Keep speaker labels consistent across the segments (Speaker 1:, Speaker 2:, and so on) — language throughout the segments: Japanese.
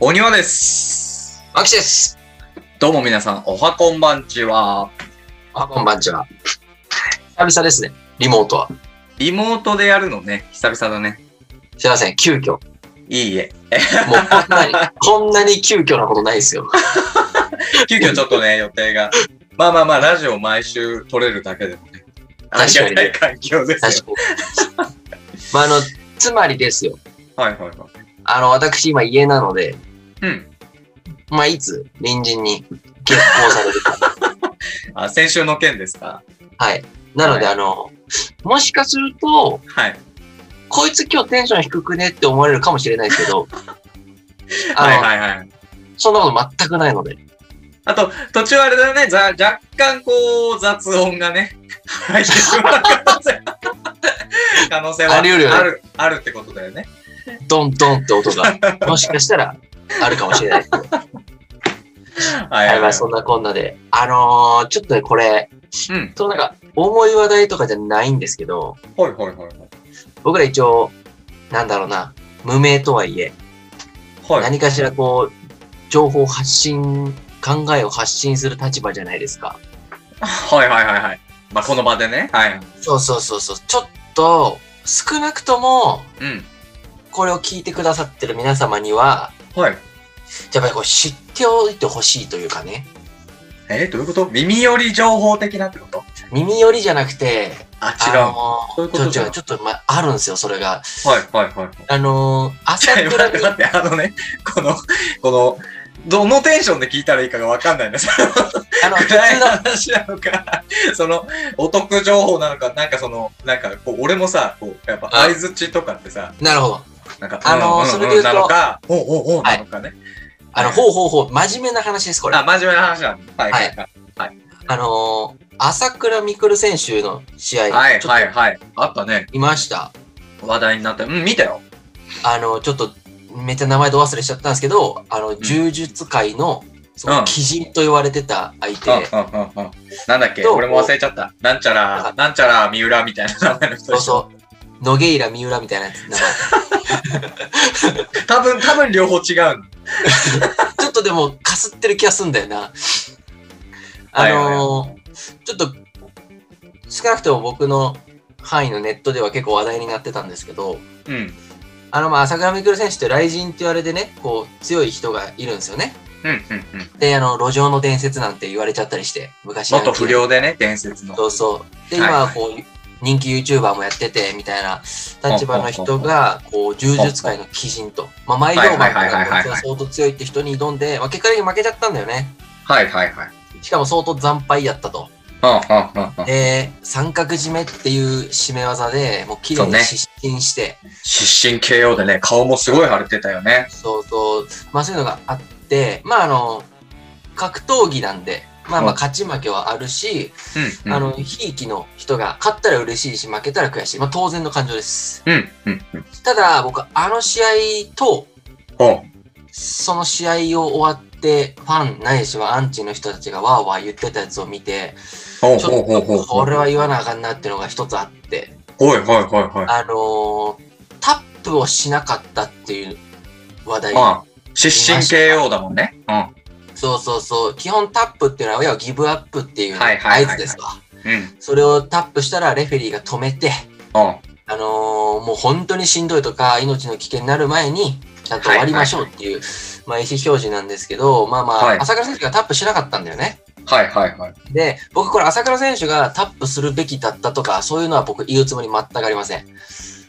Speaker 1: お庭です。
Speaker 2: マキシです。
Speaker 1: どうも皆さん、おはこんばんちは。
Speaker 2: あ、こんばんちは。久々ですね、リモートは。
Speaker 1: リモートでやるのね、久々だね。
Speaker 2: すいません、急遽。もう
Speaker 1: いいえ。
Speaker 2: こんなに、 こんなに急遽なことないですよ。
Speaker 1: 急遽ちょっとね、予定 が。まあまあまあ、ラジオ毎週撮れるだけでもね。あり
Speaker 2: 確か
Speaker 1: が
Speaker 2: に
Speaker 1: た
Speaker 2: ね
Speaker 1: い環境です
Speaker 2: 確
Speaker 1: よ。
Speaker 2: かに。まあ、あの、つまりですよ。
Speaker 1: はいはいはい。
Speaker 2: あの、私今家なので、
Speaker 1: うん。
Speaker 2: まあ、いつ隣人に結婚さ れるか。
Speaker 1: あ、先週の件ですか
Speaker 2: はい。なので、
Speaker 1: は
Speaker 2: あの、もしかすると、
Speaker 1: はい。
Speaker 2: こいつ今日テンション低くねって思われるかもしれないですけど、あの、
Speaker 1: はいはいはい。
Speaker 2: そんなこと全くないので。
Speaker 1: あと、途中あれだね、ざ若干こう、雑音がね、入ってしまう可能性可能性は
Speaker 2: あり得るよね
Speaker 1: ある、あるってことだよね。
Speaker 2: ドンドンって音が、もしかしたらあるかもしれない。
Speaker 1: はい
Speaker 2: はい、まあそんなこんなで。あのー、ちょっとね、これ、
Speaker 1: うん。
Speaker 2: そのなんか、重い話題とかじゃないんですけど、
Speaker 1: ほいほいほいほい。
Speaker 2: 僕ら一応、なんだろうな、無名とはいえ、
Speaker 1: はい。
Speaker 2: 何かしらこう、情報発信、考えを発信する立場じゃないですか。
Speaker 1: はいはいはいはい。まあ、この場でね。はい。
Speaker 2: そうそうそうそう。ちょっと、少なくとも、
Speaker 1: うん。
Speaker 2: これを聞いてくださってる皆様には、
Speaker 1: はい。
Speaker 2: やっぱりこう知っておいてほしいというかね、
Speaker 1: えー、どういうこと耳寄り情報的なってこと
Speaker 2: 耳寄りじゃなくて、
Speaker 1: あ、違
Speaker 2: あ
Speaker 1: う。そういう
Speaker 2: の
Speaker 1: こ
Speaker 2: ー、
Speaker 1: と
Speaker 2: ち
Speaker 1: じゃ
Speaker 2: ょ
Speaker 1: な
Speaker 2: ちょ
Speaker 1: い
Speaker 2: ちょっと、まあ、あるんですよ、それ
Speaker 1: は
Speaker 2: が。
Speaker 1: いはいはい。
Speaker 2: あのー、朝
Speaker 1: 待
Speaker 2: 倉
Speaker 1: って
Speaker 2: に
Speaker 1: 待って、あのね、この、この、どのテンションで聞いたらいいかがわかんないんです。
Speaker 2: あの、普通
Speaker 1: 暗い
Speaker 2: の、
Speaker 1: 話なのか、その、お得情報なのか、なんかその、なんか、こう、俺もさ、こう、やっぱ、相づちとかってさ、
Speaker 2: なるほど。
Speaker 1: なんか、
Speaker 2: あの
Speaker 1: うんう
Speaker 2: ー
Speaker 1: ん
Speaker 2: それで言うと
Speaker 1: なのか、おうおうおうなのかね。
Speaker 2: あの、
Speaker 1: はい
Speaker 2: ほうほうほう、真面目な話です、これ。
Speaker 1: あ、
Speaker 2: あ、
Speaker 1: 真面目な話なんだ。はいはいはい。
Speaker 2: のー、朝倉未来選手の試合、
Speaker 1: はい
Speaker 2: ちょっ
Speaker 1: はいはい。あったね。
Speaker 2: といました。
Speaker 1: 話題になって、うん、見たよ。
Speaker 2: あの、ちょっと、めっちゃ名前ど忘れしちゃったんですけど、あの、柔術界の、その、鬼人と言われてた相手、
Speaker 1: うんうんうんうんなんだっけ
Speaker 2: どう
Speaker 1: 俺も忘れちゃった。なんちゃ
Speaker 2: な
Speaker 1: ら
Speaker 2: ん、
Speaker 1: なんちゃら、三浦みたいな名前の人
Speaker 2: そう
Speaker 1: でしょ。
Speaker 2: そう、野毛浦三浦みたいなやつ、 名前。
Speaker 1: 多分、多分両方違うの。
Speaker 2: ちょっとでも、かすってる気がすんだよな。あのー、ちょっと、少なくとも僕の範囲のネットでは結構話題になってたんですけど、
Speaker 1: うん。
Speaker 2: あの、まあ、朝倉未来選手って雷神って言われてね、こう、強い人がいるんですよね。
Speaker 1: うんうんうん。
Speaker 2: で、あの、路上の伝説なんて言われちゃったりして、昔
Speaker 1: 元不。良でね、伝説の。
Speaker 2: そうそう。で、
Speaker 1: はい
Speaker 2: 今はこう、人気 YouTuber もやってて、みたいな立場の人が、こう、柔術界の鬼人と。まあ、毎度
Speaker 1: はい
Speaker 2: 番
Speaker 1: はいはいはいはい
Speaker 2: が相当強いって人に挑んで、まあ、結果的に負けちゃったんだよね。
Speaker 1: はいはいはい。
Speaker 2: しかも相当惨敗やったと。
Speaker 1: うんうんうんうん。
Speaker 2: で、三角締めっていう締め技で、もう綺麗に失神して、
Speaker 1: 失神 KO でね、顔もすごい腫れてたよね。
Speaker 2: そうそう、まあそういうのがあって、まああの、格闘技なんで、まあま
Speaker 1: う
Speaker 2: あ
Speaker 1: ん
Speaker 2: 勝ち負けはあるし、
Speaker 1: うん。うん
Speaker 2: あ、の、ひいきの人が勝ったら嬉しいし、負けたら悔しい。まあ当然の感情です。
Speaker 1: うんうんうん。
Speaker 2: ただ、僕、あの試合と、
Speaker 1: おう
Speaker 2: その試合を終わって、ファンないしはアンチの人たちがわーわー言ってたやつを見て、
Speaker 1: おう
Speaker 2: ちょっ
Speaker 1: おうおう
Speaker 2: と
Speaker 1: お
Speaker 2: こ
Speaker 1: う
Speaker 2: れは言わなあかんなっていうのが一つあって、
Speaker 1: おいはいはいはい。
Speaker 2: あのータップをしなかったっていう話題。
Speaker 1: まあ、失神 KO だもんね。うん。
Speaker 2: そうそうそう。基本タップっていうのは、要はギブアップっていう
Speaker 1: はいはいはい
Speaker 2: 合図ですわ。
Speaker 1: うん。
Speaker 2: それをタップしたらレフェリーが止めて、
Speaker 1: おう
Speaker 2: あのーもう本当にしんどいとか、命の危険になる前に、ちゃんと終わりましょうっていう、まあ意思表示なんですけど、まあまあ、
Speaker 1: はい
Speaker 2: 朝倉選手がタップしなかったんだよね。
Speaker 1: はいはいはい。
Speaker 2: で、僕これ朝倉選手がタップするべきだったとか、そういうのは僕言うつもり全くありません。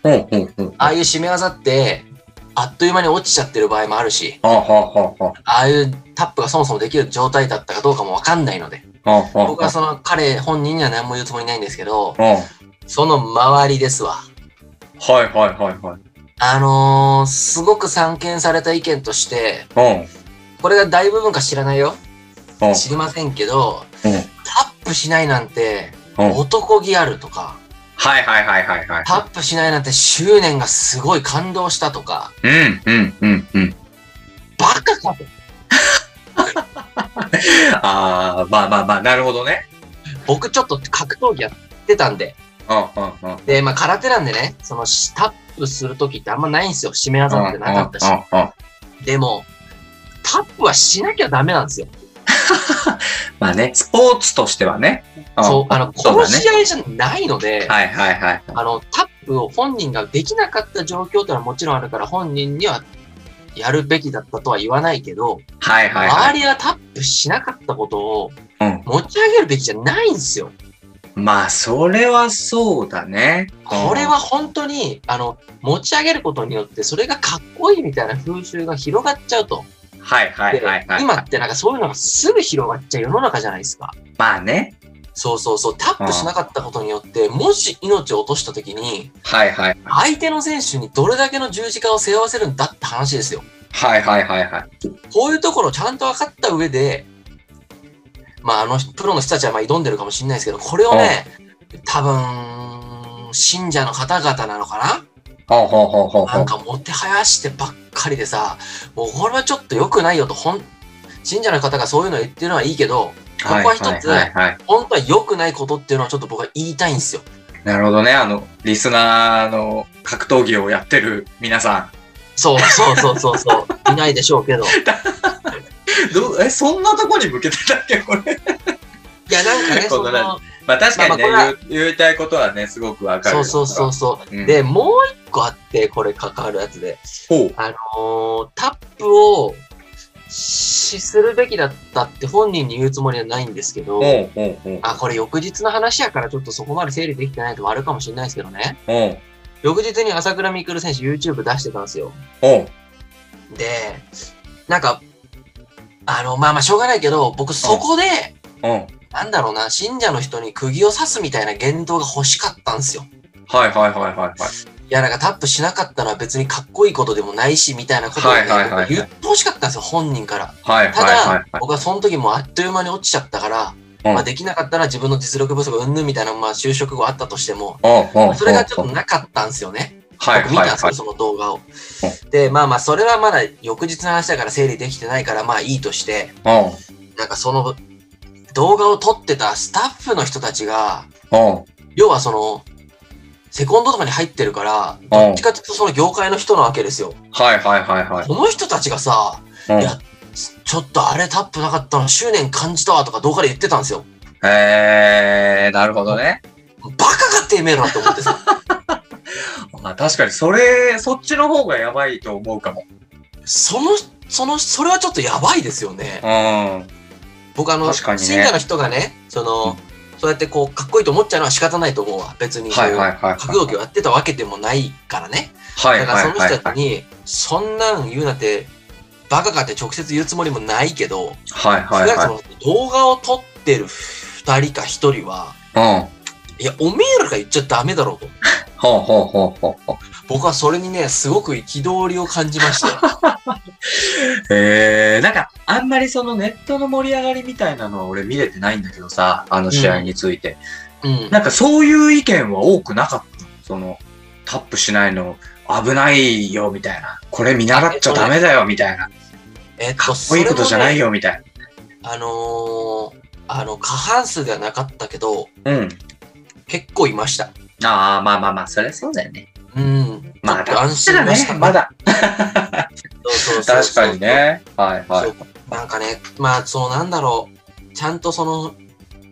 Speaker 1: おうおうおう。
Speaker 2: ああいう締め技って、あっという間に落ちちゃってる場合もあるし、
Speaker 1: あははは。
Speaker 2: ああいうタップがそもそもできる状態だったかどうかもわかんないので、
Speaker 1: あはは。
Speaker 2: 僕はその彼本人には何も言うつもりないんですけど、
Speaker 1: うん。はい
Speaker 2: その周りですわ。
Speaker 1: はいはいはい。
Speaker 2: あのー、すごく散見された意見として、
Speaker 1: うん。
Speaker 2: これが大部分か知らないよ。
Speaker 1: うん。
Speaker 2: 知りませんけど、
Speaker 1: うん
Speaker 2: タップしないなんて
Speaker 1: うん
Speaker 2: 男気あるとか、
Speaker 1: はいはいはいはいはい。
Speaker 2: タップしないなんて執念がすごい感動したとか、
Speaker 1: うんうんうんうん。
Speaker 2: バカかと。
Speaker 1: ああ、まあまあまあ、なるほどね。
Speaker 2: 僕ちょっと格闘技やってたんで、
Speaker 1: うんうんうん。
Speaker 2: で、まあ空手なんでね、そのタップするときってあんまないんですよ。締め技ってなかったし。でも、タップはしなきゃダメなんですよ。
Speaker 1: まあね、スポーツとしてはね。ん
Speaker 2: そう、あの、こ
Speaker 1: そう
Speaker 2: の
Speaker 1: だね
Speaker 2: 試合じゃないので、
Speaker 1: はいはいはい。
Speaker 2: あの、タップを本人ができなかった状況というのはもちろんあるから、本人にはやるべきだったとは言わないけど、
Speaker 1: はいはいはい。
Speaker 2: 周りがタップしなかったことを
Speaker 1: うん
Speaker 2: 持ち上げるべきじゃないんですよ。
Speaker 1: まあ、それはそうだね。
Speaker 2: これは本当に、あの、持ち上げることによって、それがかっこいいみたいな風習が広がっちゃうと。
Speaker 1: うん。はいはいはいはい。
Speaker 2: で今ってなんかそういうのがすぐ広がっちゃう世の中じゃないですか。
Speaker 1: まあね。
Speaker 2: そうそうそう、タップしなかったことによって、もし命を落としたときに、
Speaker 1: はいはい。
Speaker 2: 相手の選手にどれだけの十字架を背負わせるんだって話ですよ。
Speaker 1: はいはいはいはい。
Speaker 2: こういうところをちゃんと分かった上で、まあ、あのプロの人たちはまあ挑んでるかもしれないですけど、これをね、多分、信者の方々なのかな
Speaker 1: ほうほうほうほう
Speaker 2: な
Speaker 1: ほ
Speaker 2: ん
Speaker 1: う。
Speaker 2: かもてはやしてばっかりでさ、もうこれはちょっと良くないよと、ほん信者の方がそういうの言ってるのはいいけど、ここは一つ
Speaker 1: はいはいはいはい。
Speaker 2: 本当は良くないことっていうのはちょっと僕は言いたいんですよ。
Speaker 1: なるほどね。あの、リスナーの格闘技をやってる皆さ
Speaker 2: そうそうそうそうそう、いないでしょう けど。い
Speaker 1: ん。どうえ、そんなとこに向けてたっけこれ。
Speaker 2: や、なんかね、そ
Speaker 1: こんな
Speaker 2: の、
Speaker 1: まあ確かにね、
Speaker 2: まあま
Speaker 1: 言
Speaker 2: あ
Speaker 1: う言いたいことはね、すごくわかる。
Speaker 2: そうそうそうそ
Speaker 1: うん。
Speaker 2: う。で、もう一個あって、これ関わるやつで、
Speaker 1: ほう。
Speaker 2: あのータップをしするべきだったって本人に言うつもりはないんですけど、
Speaker 1: ほうほうほう。
Speaker 2: あ、これ翌日の話やからちょっとそこまで整理できてないとかあるかもしれないですけどね。
Speaker 1: ほう。
Speaker 2: 翌日に朝倉未来選手 YouTube 出してたんですよ。
Speaker 1: ほう。
Speaker 2: で、なんか、あの、まあまあしょうがないけど、僕そこで、
Speaker 1: ほう。
Speaker 2: なんだろうな、信者の人に釘を刺すみたいな言動が欲しかったんですよ。
Speaker 1: はいはいはいはいはい。
Speaker 2: いや、なんかタップしなかったのは別にかっこいいことでもないし、みたいなことを、ね
Speaker 1: はいはいはいはい
Speaker 2: 僕言ってほしかったんですよ、本人から。
Speaker 1: はい
Speaker 2: た
Speaker 1: は
Speaker 2: だ、
Speaker 1: いはいはい。
Speaker 2: 僕はその時もうあっという間に落ちちゃったから、
Speaker 1: うん
Speaker 2: まあできなかったら自分の実力不足うんぬんみたいな、まあ就職後あったとしても、
Speaker 1: ほうほう
Speaker 2: それがちょっとなかったんですよね。
Speaker 1: はい
Speaker 2: 僕見た
Speaker 1: は
Speaker 2: ん
Speaker 1: い
Speaker 2: ですよ、
Speaker 1: はい。
Speaker 2: その動画を。で、まあまあ、それはまだ翌日の話だから整理できてないから、まあいいとして、
Speaker 1: ほう
Speaker 2: なんかその動画を撮ってたスタッフの人たちが、
Speaker 1: ほ
Speaker 2: 要はその、セコンドとかに入ってるから、
Speaker 1: うほ
Speaker 2: どっちかっていうとその業界の人なわけですよ。
Speaker 1: う。はいはいはいはい。
Speaker 2: この人たちがさ、
Speaker 1: うん
Speaker 2: いやちょっとあれタップなかったの執念感じたわとか動画で言ってたんですよ。
Speaker 1: えー、なるほどね。
Speaker 2: バカかてめえらって思ってさ。
Speaker 1: まあ確かにそれ、そっちの方がやばいと思うかも。
Speaker 2: その、その、それはちょっとやばいですよね。
Speaker 1: うん。
Speaker 2: 僕あの、
Speaker 1: 確かにね
Speaker 2: 信者の人がね、その、そうやってこう、かっこいいと思っちゃうのは仕方ないと思うわ。別に、
Speaker 1: はいはいはい。
Speaker 2: 格闘技をやってたわけでもないからね。
Speaker 1: はい
Speaker 2: だか
Speaker 1: は
Speaker 2: ら
Speaker 1: い
Speaker 2: その
Speaker 1: はい
Speaker 2: 人た
Speaker 1: は
Speaker 2: ち
Speaker 1: い。
Speaker 2: に、そんなん言うなって、バカかって直接言うつもりもないけど、
Speaker 1: はいはい
Speaker 2: 少なくと
Speaker 1: は
Speaker 2: も動画を撮ってる二人か一人は、
Speaker 1: い。うん。
Speaker 2: いや、おめえらが言っちゃダメだろうと。
Speaker 1: ほうほうほうほうほ
Speaker 2: 僕はそれにね、すごく憤りを感じま した。
Speaker 1: う。えー、なんか、あんまりそのネットの盛り上がりみたいなのは俺見れてないんだけどさ、あの試合について。
Speaker 2: うん。
Speaker 1: なんかそういう意見は多くなかったのその、タップしないの危ないよみたいな。これ見習っちゃダメだよみたいな。
Speaker 2: えっ
Speaker 1: かっこいいことじゃない。よみたい
Speaker 2: それもねあのーあの、過半数ではなかったけど、
Speaker 1: な。うん。
Speaker 2: 結構いました。
Speaker 1: ああ、まあまあまあ、そりゃそうだよね。
Speaker 2: うん。
Speaker 1: まあ、
Speaker 2: ちょっと安心
Speaker 1: だ
Speaker 2: ました
Speaker 1: ね。まだ。
Speaker 2: そうそうそう
Speaker 1: 確
Speaker 2: そう
Speaker 1: かに。ね。はいは
Speaker 2: そうなんかね、まあ、そのなんだろう、ちゃんとその、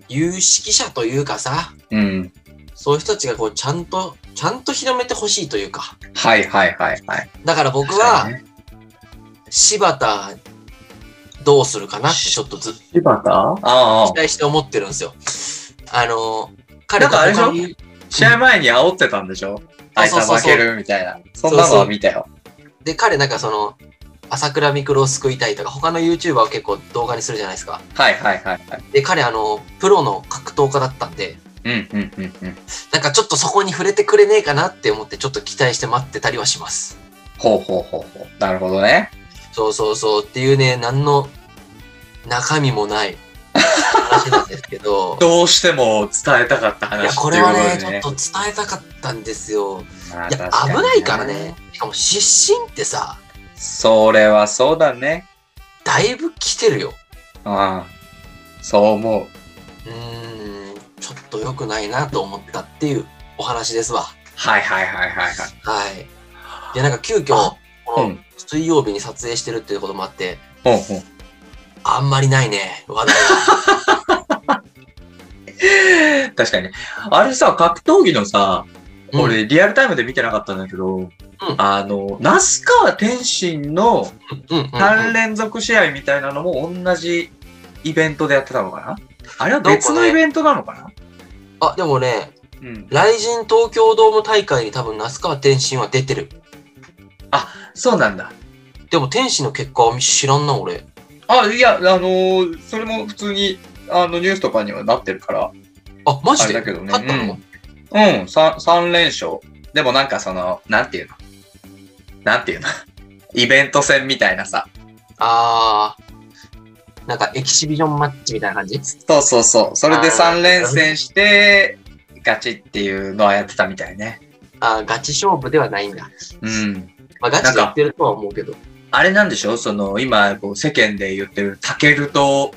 Speaker 2: 有識者というかさ、
Speaker 1: い。うん。
Speaker 2: そういう人たちがこう、ちゃんと、ちゃんと広めてほしいというか。
Speaker 1: はいはいはいはい。
Speaker 2: だから僕
Speaker 1: 確か
Speaker 2: は
Speaker 1: に、ね
Speaker 2: 柴田、どうするかなってちょっとず、期
Speaker 1: 柴田ああああ。
Speaker 2: 待して思ってるんですよ。あの、彼
Speaker 1: なんかあれでしょ
Speaker 2: 他に
Speaker 1: 試合前に煽ってたんでしょ
Speaker 2: あ
Speaker 1: 相
Speaker 2: そ
Speaker 1: 手
Speaker 2: うそう
Speaker 1: 負
Speaker 2: そう
Speaker 1: けるみたいな。そんなのは見たよ。
Speaker 2: で、彼なんかその、朝倉未来を救いたいとか、他の YouTuber を結構動画にするじゃないですか。
Speaker 1: はいはいはいはい。
Speaker 2: で、彼あの、プロの格闘家だったんで、
Speaker 1: うんうんうんうん。
Speaker 2: なんかちょっとそこに触れてくれねえかなって思ってちょっと期待して待ってたりはします。
Speaker 1: ほうほうほうほう。なるほどね。
Speaker 2: そうそうそうっていうね、何の中身もない話なんです けど、
Speaker 1: どうしても伝えたかった
Speaker 2: いや、
Speaker 1: 話
Speaker 2: こ
Speaker 1: って
Speaker 2: れ
Speaker 1: いうこ
Speaker 2: は
Speaker 1: とで
Speaker 2: ね、ちょっ
Speaker 1: ね。
Speaker 2: と伝えたかったんですよ。
Speaker 1: まあ
Speaker 2: いや、
Speaker 1: 確
Speaker 2: 危
Speaker 1: に
Speaker 2: ないからね。しかも失神ってさ、
Speaker 1: それはそうだね。
Speaker 2: だいぶ来てるよ。
Speaker 1: うん。そう思う。
Speaker 2: うーん、ちょっと良くないなと思ったっていうお話ですわ。
Speaker 1: はいはいはいはいはい。
Speaker 2: はい。で、なんか急遽
Speaker 1: あ、う
Speaker 2: この
Speaker 1: ん
Speaker 2: 水曜日に撮影してるっていうこともあって、
Speaker 1: ほうほう。
Speaker 2: あんまりないね、話題は。
Speaker 1: 確かにね。あれさ、格闘技のさ、
Speaker 2: うん
Speaker 1: 俺、リアルタイムで見てなかったんだけど、あの、那須川天心の
Speaker 2: うんうんうん
Speaker 1: 3連続試合みたいなのも同じイベントでやってたのかなあれは別のイベントなのかな
Speaker 2: あ、でもね、
Speaker 1: うん。
Speaker 2: 雷神東京ドーム大会に多分那須川天心は出てる。
Speaker 1: そうなんだ。
Speaker 2: でも天心の結果は知らんな、俺。
Speaker 1: あ、いや、あのーそれも普通に、あの、ニュースとかにはなってるから、
Speaker 2: あ、マ
Speaker 1: あ
Speaker 2: ジ
Speaker 1: れだ
Speaker 2: で
Speaker 1: けどね。
Speaker 2: 勝ったの、
Speaker 1: うん、うん、3, 三連勝。でもなんかその、なんていうのなんていうの イベント戦みたいなさ。
Speaker 2: あー。なんかエキシビジョンマッチみたいな感じ
Speaker 1: そうそうそう。それで
Speaker 2: あー
Speaker 1: 3連戦して、ガチっていうのはやってたみたいね。
Speaker 2: あーガチ勝負ではないんだ。
Speaker 1: うん。
Speaker 2: まあ、ガチでやってるとは思うけど。
Speaker 1: あれなんでしょその、今、こう世間で言ってる、タケルと、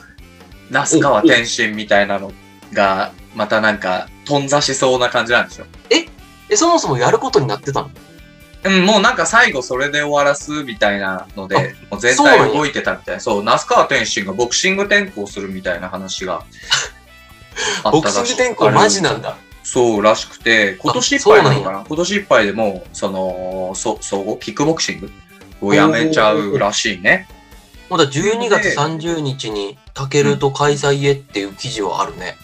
Speaker 1: 那須川天心みたいなのが、またなんか、頓挫しそうな感じなんでしょ
Speaker 2: え、そもそもやることになってたの
Speaker 1: うん、もうなんか最後それで終わらすみたいなので、もう全
Speaker 2: そうなん
Speaker 1: 体
Speaker 2: や
Speaker 1: 動いてたみたいな。そう、那須川天心がボクシング転向するみたいな話があ
Speaker 2: ボ
Speaker 1: っ
Speaker 2: ク
Speaker 1: たら
Speaker 2: シング
Speaker 1: しく
Speaker 2: 転向マジなんだ。
Speaker 1: そうらしくて、今年いっぱいなの
Speaker 2: そう
Speaker 1: かな今年いっぱいでもう、その、そ総合、キックボクシングをやめちゃうらしいね。
Speaker 2: まだ12月30日にタケルと開催へっていう記事はあるね。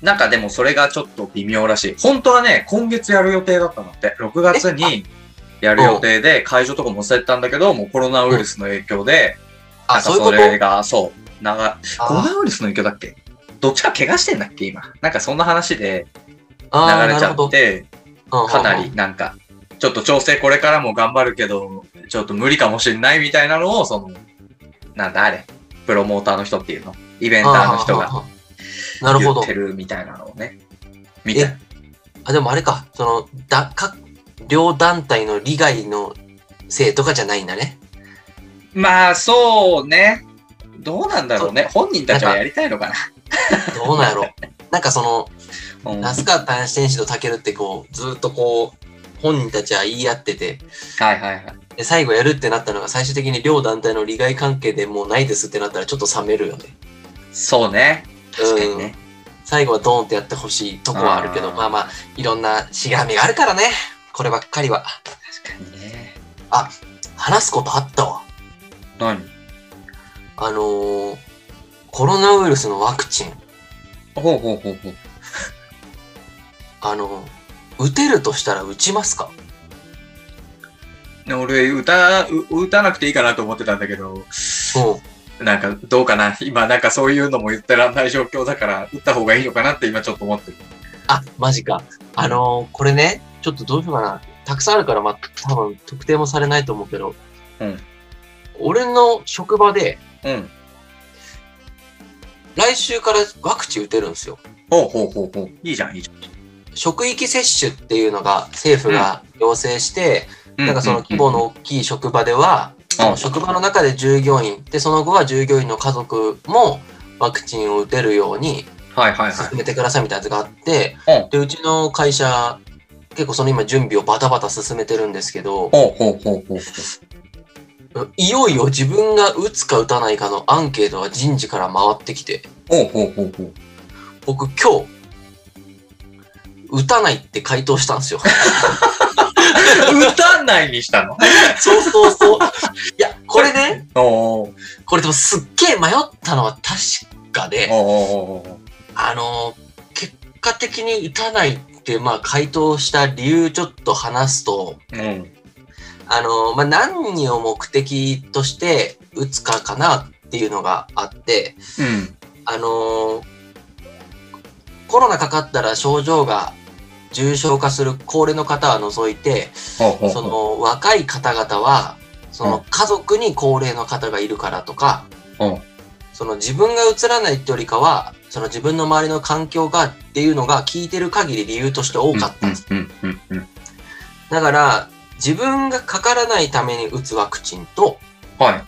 Speaker 1: なんかでもそれがちょっと微妙らしい。本当はね、今月やる予定だったのって、6月にやる予定で会場とかもされたんだけど、もうコロナウイルスの影響で、な
Speaker 2: あ、
Speaker 1: んか
Speaker 2: そういう
Speaker 1: そ
Speaker 2: こと
Speaker 1: れが、そう、長コロ
Speaker 2: あ
Speaker 1: ナウイルスの影響だっけどっちか怪我してんだっけ今。なんかそんな話で流
Speaker 2: あー、
Speaker 1: れちゃって、
Speaker 2: な
Speaker 1: かなり。なんか、ちょっと調整これからも頑張るけど、ちょっと無理かもしれないみたいなのを、その、なんだあれ、プロモーターの人っていうの、イベンターの人が
Speaker 2: が。なる
Speaker 1: 言
Speaker 2: ほど
Speaker 1: って。るみたいなのをね、見て。
Speaker 2: あ、でもあれか、その、だか両団体の利害のせいとかじゃないんだね。
Speaker 1: まあ、そうね。どうなんだろうね。本人たちはやりたいのかな。
Speaker 2: どうなんや ろ。なんかそ
Speaker 1: う
Speaker 2: の、
Speaker 1: ん
Speaker 2: 那須川端選手とタケルってこう、ずーっとこう、本人たちは言い合ってて、
Speaker 1: はいはいはい。
Speaker 2: で最後やるってなったのが最終的に両団体の利害関係でもうないですってなったらちょっと冷めるよね。
Speaker 1: そうね。確かにね。
Speaker 2: 最後はドーンってやってほしいとこはあるけど、
Speaker 1: あー
Speaker 2: まあまあ、いろんなしがらみがあるからね。こればっかりは。
Speaker 1: 確かにね。
Speaker 2: 話すことあったわ。
Speaker 1: 何
Speaker 2: あのー、コロナウイルスのワクチン。
Speaker 1: ほうほうほうほう。
Speaker 2: あのー、打てるとしたら打ちますか
Speaker 1: ね俺歌う歌なくていいかなと思ってたんだけど
Speaker 2: うん。
Speaker 1: なんかどうかな今なんかそういうのも言ってらんない状況だから打った方がいいのかなって今ちょっと思ってる
Speaker 2: あ、マジか。あのー、これね、ちょっとどうしようかな。たくさんあるから、まあ、多分特定もされないと思うけど、
Speaker 1: うん
Speaker 2: 俺の職場で、
Speaker 1: うん
Speaker 2: 来週からワクチン打てるんですよ。
Speaker 1: ほうほうほうほういいじゃんいいじ
Speaker 2: 職域接種っていうのが政府が要請して、
Speaker 1: ゃん
Speaker 2: なんかその規模の大きい職場で
Speaker 1: う
Speaker 2: は、
Speaker 1: んうん
Speaker 2: 職場の中で従業員でその後は従業員の家族もワクチンを打てるように
Speaker 1: はいはいは
Speaker 2: 進めてくださいみたいなやつがあって、
Speaker 1: うん
Speaker 2: でうちの会社結構その今準備をバタバタ進めてるんですけど
Speaker 1: い、ほうほうほうほう
Speaker 2: いよいよ自分が打つか打たないかのアンケートが人事から回ってきて
Speaker 1: ほうほうほうほ う
Speaker 2: 僕今日打たないって回答したん ですよ。
Speaker 1: 打たないにしたの
Speaker 2: そうそうそう。いや、これね、
Speaker 1: おー
Speaker 2: これでもすっげえ迷ったのは確かで、
Speaker 1: おーおーおー
Speaker 2: あのー、結果的に打たないって、まあ、回答した理由ちょっと話すと、
Speaker 1: うん
Speaker 2: あのー、まあ、何を目的として打つかかなっていうのがあって、
Speaker 1: うん
Speaker 2: あのー、コロナかかったら症状が重症化する高齢の方は除いて、
Speaker 1: ほうほう
Speaker 2: そ
Speaker 1: ほう
Speaker 2: の若い方々は、そうの家族に高齢の方がいるからとか
Speaker 1: うん、
Speaker 2: その自分が映らないってよりかは、その自分の周りの環境がっていうのが聞いてる限り理由として多かったんです。
Speaker 1: うんうんうんうん
Speaker 2: だから、自分がかからないために打つワクチンと、
Speaker 1: はい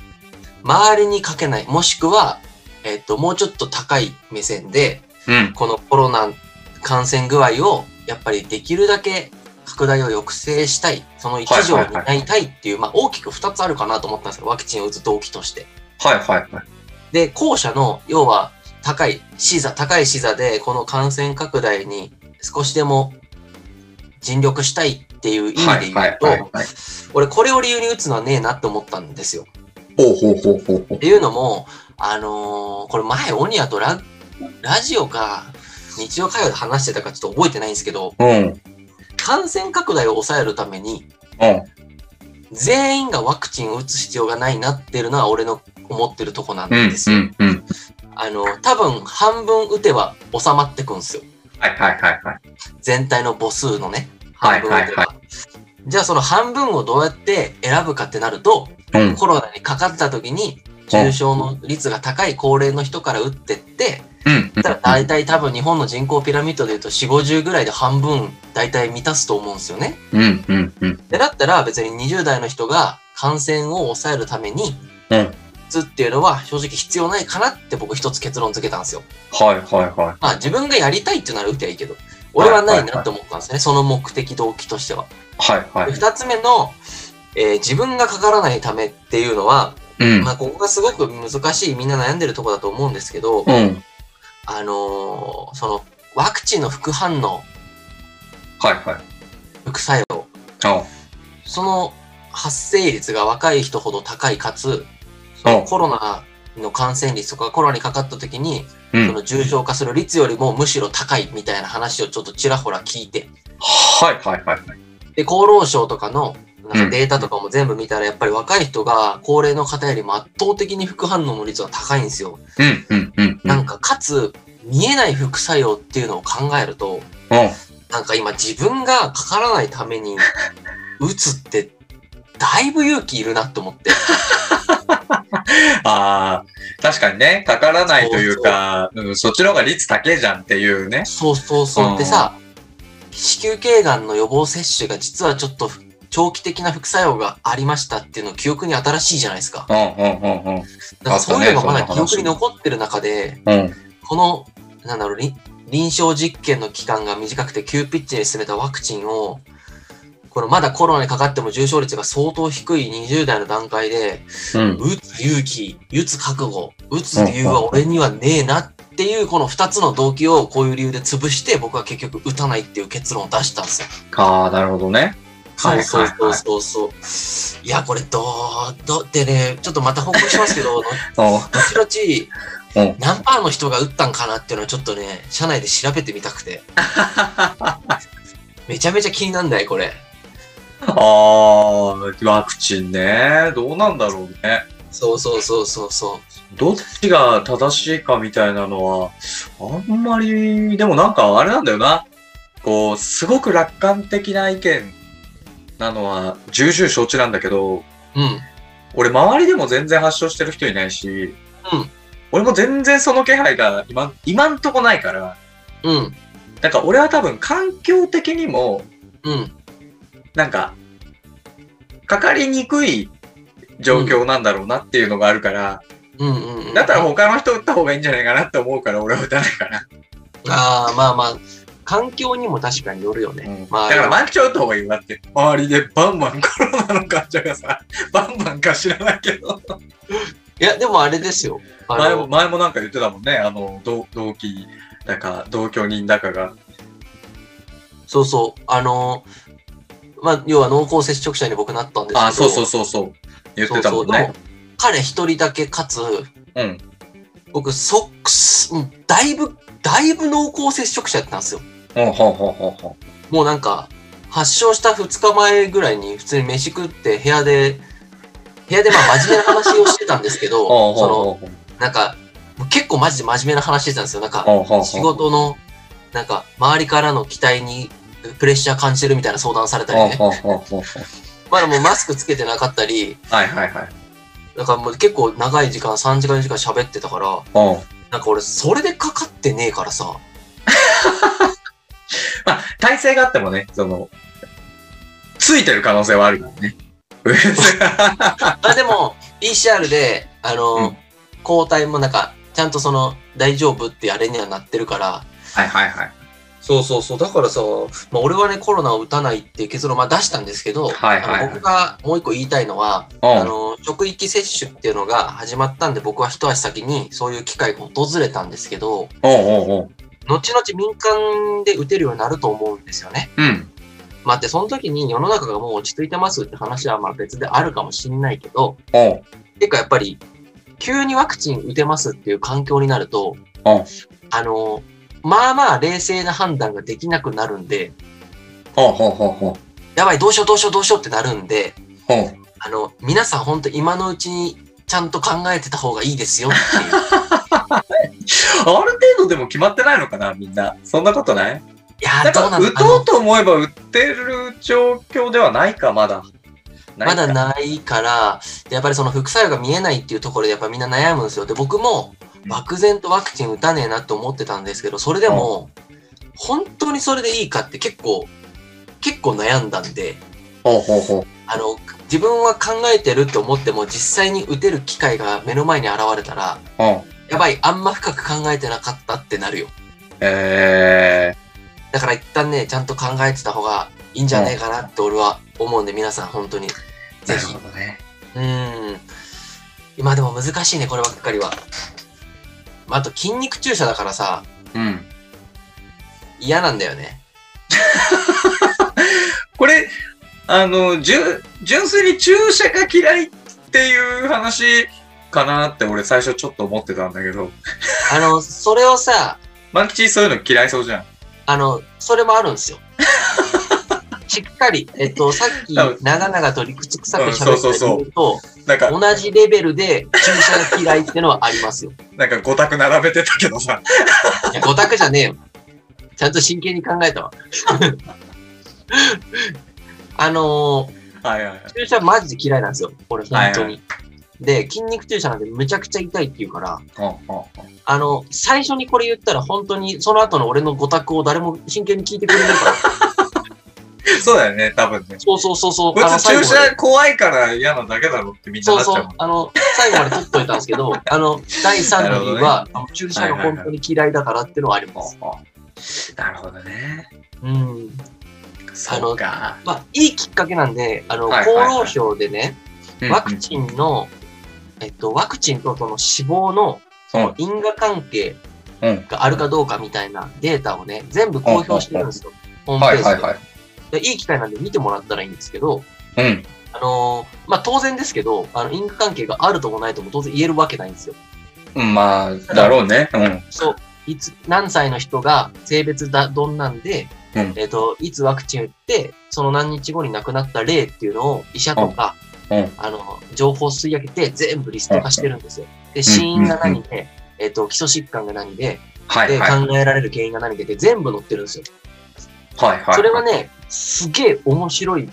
Speaker 2: 周りにかけない、もしくは、えっと、もうちょっと高い目線で、
Speaker 1: うん
Speaker 2: このコロナ感染具合をやっぱりできるだけ拡大を抑制したい、その一助を担いたいっていう、まあ大きく2つあるかなと思ったんですよ、ワクチンを打つ動機として。
Speaker 1: はいはいはい。
Speaker 2: で、後者の、要は、高い、視座、高い視座で、この感染拡大に少しでも尽力したいっていう意
Speaker 1: は
Speaker 2: 味で
Speaker 1: い
Speaker 2: 言
Speaker 1: はいは
Speaker 2: う
Speaker 1: い
Speaker 2: と、
Speaker 1: はい。
Speaker 2: 俺、これを理由に打つのはねえなって思ったんですよ。
Speaker 1: ほうほうほうほうほう
Speaker 2: っ。ていうのも、あのーこれ前、オニアとララジオか、日曜会話で話してたかちょっと覚えてないんですけど、
Speaker 1: うん。うん。
Speaker 2: 感染拡大を抑えるために、全員がワクチンを打つ必要がないなっていうのは俺の思ってるとこなん
Speaker 1: うん。
Speaker 2: です
Speaker 1: う
Speaker 2: よ。
Speaker 1: ん。うん。
Speaker 2: あの、多分半分打てば収まってくんですよ。
Speaker 1: はいはいはいはい。
Speaker 2: 全体の母数のね、
Speaker 1: はい
Speaker 2: 半分
Speaker 1: はい
Speaker 2: 打てば。じゃあその半分をどうやって選ぶかってなると、
Speaker 1: うん。
Speaker 2: コロナにかかった時に重症の率が高い高齢の人から打ってって、
Speaker 1: うん。
Speaker 2: だから大体多分日本の人口ピラミッドで言うと4、50ぐらいで半分大体満たすと思うんですよね。
Speaker 1: うん。うん。うん。
Speaker 2: でだったら別に20代の人が感染を抑えるために、
Speaker 1: うん
Speaker 2: 打つっていうのは正直必要ないかなって僕一つ結論付けたんですよ。
Speaker 1: はいはいはい。
Speaker 2: まあ自分がやりたいっていうなら打てばいいけど、俺はないなって思ったんですね。その目的動機としては。
Speaker 1: はいは
Speaker 2: で
Speaker 1: い。
Speaker 2: 二つ目の、えー自分がかからないためっていうのは、
Speaker 1: うん
Speaker 2: ま。あここがすごく難しいみんな悩んでるとこだと思うんですけど、
Speaker 1: うん。
Speaker 2: あのーそのワクチンの副反応、
Speaker 1: はいはい。
Speaker 2: 副作用、
Speaker 1: あ
Speaker 2: その発生率が若い人ほど高いかつ、そ
Speaker 1: あ
Speaker 2: の。コロナの感染率とかコロナにかかった時に、
Speaker 1: う
Speaker 2: そ
Speaker 1: ん。
Speaker 2: の重症化する率よりもむしろ高いみたいな話をちょっとちらほら聞いて、
Speaker 1: はいはいはい。
Speaker 2: で、厚労省とかのなん
Speaker 1: う
Speaker 2: か
Speaker 1: ん
Speaker 2: データとかも全部見たら、やっぱり若い人が高齢の方よりも圧倒的に副反応の率は高いんですよ。
Speaker 1: うん。うん。うん。う。
Speaker 2: なんんか、かつ、見えない副作用っていうのを考えると、
Speaker 1: うん。
Speaker 2: なんか今自分がかからないために打つって、だいぶ勇気いるなって思って。
Speaker 1: ああ、確かにね、かからないというか、うん、そっちの方が率高えじゃんっていうね。
Speaker 2: そうそう
Speaker 1: う
Speaker 2: そ
Speaker 1: ん
Speaker 2: う。でさ、子宮頸がんの予防接種が実はちょっと長期的な副作用がありましたっていうの記憶に新しいじゃないですか。
Speaker 1: うんうんうんうん。
Speaker 2: だからそういうのがま
Speaker 1: あ
Speaker 2: だ
Speaker 1: ったね
Speaker 2: 記憶に残ってる中で、
Speaker 1: うん。
Speaker 2: この、なんだろう、り臨床実験の期間が短くて急ピッチに進めたワクチンを、このまだコロナにかかっても重症率が相当低い20代の段階で、
Speaker 1: うん。
Speaker 2: 打つ勇気、打つ覚悟、打つ理由は俺にはねえなっていう、この2つの動機をこういう理由で潰して、僕は結局打たないっていう結論を出したんですよ。
Speaker 1: ああ、なるほどね。はい
Speaker 2: そう
Speaker 1: はい
Speaker 2: そう
Speaker 1: はい
Speaker 2: そうそうそう。いや、これどう、どうってね、ちょっとまた報告しますけど、
Speaker 1: あ
Speaker 2: 後
Speaker 1: う
Speaker 2: 々
Speaker 1: ん、
Speaker 2: 何パーの人が打ったんかなっていうのをちょっとね、社内で調べてみたくて。めちゃめちゃ気になんない、これ。
Speaker 1: あー、ワクチンね。どうなんだろうね。
Speaker 2: そうそうそうそうそ
Speaker 1: どっちが正しいかみたいなのは、あんまり、でもなんかあれなんだよな。こう、すごく楽観的な意見なのは、重々承知なんだけど、
Speaker 2: う。うん。
Speaker 1: 俺周りでも全然発症してる人いないし、
Speaker 2: うん
Speaker 1: 俺も全然その気配が今今んとこないから
Speaker 2: うん。
Speaker 1: なんか俺は多分環境的にも
Speaker 2: うん。
Speaker 1: なんかかかりにくい状況なんだろうなっていうのがあるから、
Speaker 2: うんうんうん。
Speaker 1: だったら他の人打った方がいいんじゃないかなって思うから俺は打たないから、
Speaker 2: ああ、まあまあ、環境にも確かによるよね。まあ、
Speaker 1: だから満潮打った方がいいわって周りでバンバンコロナの患者がさバンバンか知らないけど
Speaker 2: いや、でもあれですよ。あ
Speaker 1: 前も
Speaker 2: の
Speaker 1: 前もなんか言ってたもんねあの同同期だか同居人だかが
Speaker 2: そうそう。あの、まあ、要は濃厚接触者に僕なったんですけど。
Speaker 1: あ、そうそうそうそう。言ってたもん
Speaker 2: そうそ
Speaker 1: ね
Speaker 2: う。でも彼一人だけ、かつ、
Speaker 1: うん。
Speaker 2: 僕、そっくす、うんだいぶ、だいぶ濃厚接触者やったんですよ。
Speaker 1: ほうほうほうほうほ
Speaker 2: もうなんか、発症した2日前ぐらいに普通に飯食って部屋で、部屋でまあ真面目な話をしてたんですけど、
Speaker 1: う。
Speaker 2: そ
Speaker 1: ほ
Speaker 2: の、
Speaker 1: うほうほう
Speaker 2: なんか、もう結構マジで真面目な話してたんですよ。なんか、
Speaker 1: ほうほうほう。
Speaker 2: 仕事の、なんか、周りからの期待にプレッシャー感じてるみたいな相談されたり
Speaker 1: ほう
Speaker 2: ね。
Speaker 1: ほうほうほうほう。
Speaker 2: まだもうマスクつけてなかったり、
Speaker 1: はいはいはい。
Speaker 2: だからもう結構長い時間、3時間4時間喋ってたから、
Speaker 1: うん。
Speaker 2: なんか俺、それでかかってねえからさ、
Speaker 1: まあ、 体勢があってもね、その、ついてる可能性はあるからね。
Speaker 2: まあでも、PCR で、あの、
Speaker 1: うん
Speaker 2: 抗体もなんか、ちゃんとその、大丈夫ってあれにはなってるから、
Speaker 1: はいはいはい。
Speaker 2: そうそうそう。だからさ、まあ、俺はね、コロナを打たないっていう結論まあ出したんですけど、
Speaker 1: はいはいはい
Speaker 2: あの僕がもう一個言いたいのは、
Speaker 1: うん
Speaker 2: あの、職域接種っていうのが始まったんで、僕は一足先にそういう機会が訪れたんですけど、
Speaker 1: おうおうおう。
Speaker 2: 後々民間で打てるようになると思うんですよね。
Speaker 1: うん。
Speaker 2: まあ、で、その時に世の中がもう落ち着いてますって話はまあ別であるかもしんないけど、
Speaker 1: おう。
Speaker 2: てかやっぱり、急にワクチン打てますっていう環境になると、
Speaker 1: うん
Speaker 2: あの、まあまあ冷静な判断ができなくなるんで、
Speaker 1: ほうほうほうほう。
Speaker 2: やばい、どうしようどうしようどうしようってなるんで、
Speaker 1: ほう。
Speaker 2: あの、皆さん本当今のうちにちゃんと考えてた方がいいですよっていう。
Speaker 1: ある程度でも決まってないのかな、みんな。そんなことない
Speaker 2: いやー
Speaker 1: なん
Speaker 2: どう
Speaker 1: か、
Speaker 2: なんだ
Speaker 1: 打とうと思えば打ってる状況ではないか、まだ。
Speaker 2: あ
Speaker 1: ないか
Speaker 2: のまだないから、でやっぱりその副作用が見えないっていうところでやっぱみんな悩むんですよ。で、僕も漠然とワクチン打たねえなと思ってたんですけど、それでも、本当にそれでいいかって結構、結構悩んだんで、
Speaker 1: ほうほうほう。
Speaker 2: あの、自分は考えてるって思っても実際に打てる機会が目の前に現れたら、
Speaker 1: うん。
Speaker 2: やばい、あんま深く考えてなかったってなるよ。
Speaker 1: え
Speaker 2: だから一旦ね、ちゃんと考えてた方がいいんじゃないかなって俺は思うんで、皆さん本当に。
Speaker 1: ー、な
Speaker 2: ぜ
Speaker 1: る
Speaker 2: ひ。
Speaker 1: ほどね。
Speaker 2: うん。今でも難しいね、こればっかりは。まあ、あと筋肉注射だからさ、
Speaker 1: うん。
Speaker 2: 嫌なんだよね。
Speaker 1: これ、あの、純、純粋に注射が嫌いっていう話かなって俺最初ちょっと思ってたんだけど、
Speaker 2: あの、それをさ、
Speaker 1: マンキチそういうの嫌いそうじゃん。
Speaker 2: あの、それもある んですよ。しっかり、えっと、さっき、
Speaker 1: 多分
Speaker 2: 長々と理屈臭く喋った
Speaker 1: うんそうそうそう
Speaker 2: 理由と、
Speaker 1: なんか、
Speaker 2: 同じレベルで注射が嫌いってのはありますよ。
Speaker 1: なんか5択並べてたけどさ。
Speaker 2: いや、五択じゃねえよ。ちゃんと真剣に考えたわ。 あの
Speaker 1: はいはいはい。
Speaker 2: ー、注射マジで嫌いなんですよ。俺、本当に。
Speaker 1: はい
Speaker 2: で、筋肉注射なんてむちゃくちゃ痛いって言うから、
Speaker 1: うんうんうん
Speaker 2: あの、最初にこれ言ったら本当にその後の俺の五択を誰も真剣に聞いてくれない から。
Speaker 1: そうだよね、多分ね。
Speaker 2: そうそうそうそう。
Speaker 1: こい
Speaker 2: あの
Speaker 1: つ注
Speaker 2: 最後まで
Speaker 1: 射怖いから嫌なだけだろってみんな
Speaker 2: そ
Speaker 1: な
Speaker 2: う
Speaker 1: っちゃ
Speaker 2: そうう。あの、最後まで取っといたんですけど、あの、第3の理由は、注射が本当に嫌いだからってのはありま
Speaker 1: も
Speaker 2: す。
Speaker 1: ん。なるほどね。
Speaker 2: うん。
Speaker 1: そうか。
Speaker 2: まあ、いいきっかけなんで、あの、
Speaker 1: はい
Speaker 2: 厚
Speaker 1: はいはい
Speaker 2: 労省でね、ワクチンの、えっと、ワクチンとその死亡の
Speaker 1: うんうん
Speaker 2: 因果関係
Speaker 1: うん
Speaker 2: があるかどうかみたいなデータをね、全部公表してるんですよ。ホーム
Speaker 1: は
Speaker 2: ペ
Speaker 1: いはい
Speaker 2: ー
Speaker 1: はい。
Speaker 2: ジで。でいい機会なんで見てもらったらいいんですけど、
Speaker 1: うん。
Speaker 2: あのーまあ、当然ですけど、あの、因果関係があるともないとも当然言えるわけないんですよ。
Speaker 1: うんまあ、だろうね。うん。
Speaker 2: そう。いつ、何歳の人が性別だ、どんなんで、
Speaker 1: うん
Speaker 2: えっと、いつワクチン打って、その何日後に亡くなった例っていうのを医者とか、
Speaker 1: うんうん
Speaker 2: あの、情報を吸い上げて全部リスト化してるんですよ。で、死因が何で、えっと、基礎疾患が何で、
Speaker 1: はい
Speaker 2: で、
Speaker 1: はい。はい
Speaker 2: 考えられる原因が何でって全部載ってるんですよ。
Speaker 1: はい。
Speaker 2: それは、ね、すげえ面白い。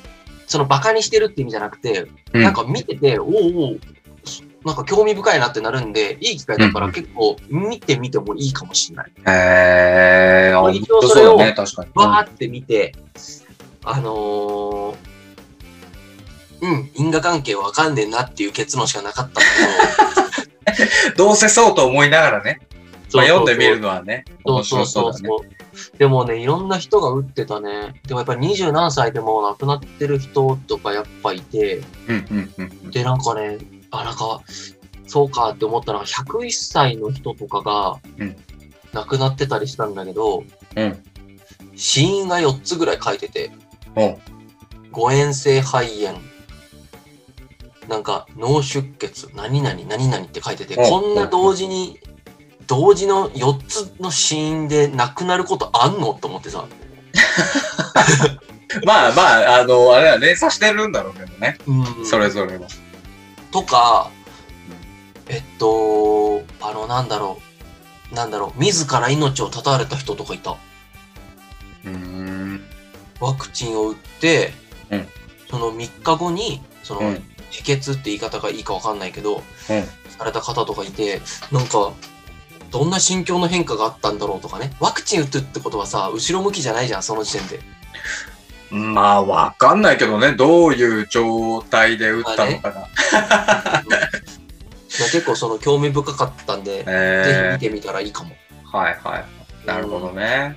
Speaker 2: その、馬鹿にしてるって意味じゃなくて、
Speaker 1: うん
Speaker 2: なんか見てて、おうおう、なんか興味深いなってなるんで、いい機会だか
Speaker 1: う
Speaker 2: ら
Speaker 1: ん
Speaker 2: 結構見てみてもいいかもしれない。
Speaker 1: えー、あ、
Speaker 2: 一応
Speaker 1: 本当
Speaker 2: それを
Speaker 1: そうだね、確かに。
Speaker 2: わーって見て、あのー、うん、因果関係わかんねえなっていう結論しかなかったんだ
Speaker 1: うんどうせそうと思いながらね、
Speaker 2: け ど。
Speaker 1: まあ読んでみるのはね、
Speaker 2: そう
Speaker 1: 面
Speaker 2: そ
Speaker 1: 白
Speaker 2: うそ
Speaker 1: そうう
Speaker 2: そ
Speaker 1: だ
Speaker 2: う
Speaker 1: ね。
Speaker 2: でもね、いろんな人が打ってたね。でもやっぱり二十何歳でも亡くなってる人とかやっぱいて、
Speaker 1: うんうんうん
Speaker 2: で、なんかね、あ、なんか、そうかって思ったのが、101歳の人とかが
Speaker 1: うん、
Speaker 2: 亡くなってたりしたんだけど、
Speaker 1: うん
Speaker 2: 死因が4つぐらい書いてて、
Speaker 1: うん。うん
Speaker 2: 誤嚥性肺炎なんか脳出血何々何々って書いてて
Speaker 1: うん
Speaker 2: こんな同時に同時の4つの死因で亡くなることあんのと思ってさ
Speaker 1: まあまあ、あの、あれは連鎖してるんだろうけどね、
Speaker 2: うん
Speaker 1: それぞれは。
Speaker 2: とかえっとあのなんだろうなんだろう自ら命を絶たれた人とかいた
Speaker 1: うーん。
Speaker 2: ワクチンを打って、
Speaker 1: うん
Speaker 2: その3日後にその、
Speaker 1: うん
Speaker 2: 止血って言い方がいいかわかんないけど、
Speaker 1: うん
Speaker 2: された方とかいてなんかどんな心境の変化があったんだろうとかねワクチン打つってことはさ後ろ向きじゃないじゃんその時 点で
Speaker 1: まあ、わかんないけどね、どういう状態で打ったのかな。
Speaker 2: 結構その興味深かったんで、
Speaker 1: え
Speaker 2: ぜひ見てみたらいいかも
Speaker 1: ー、はいはい。なるほどね。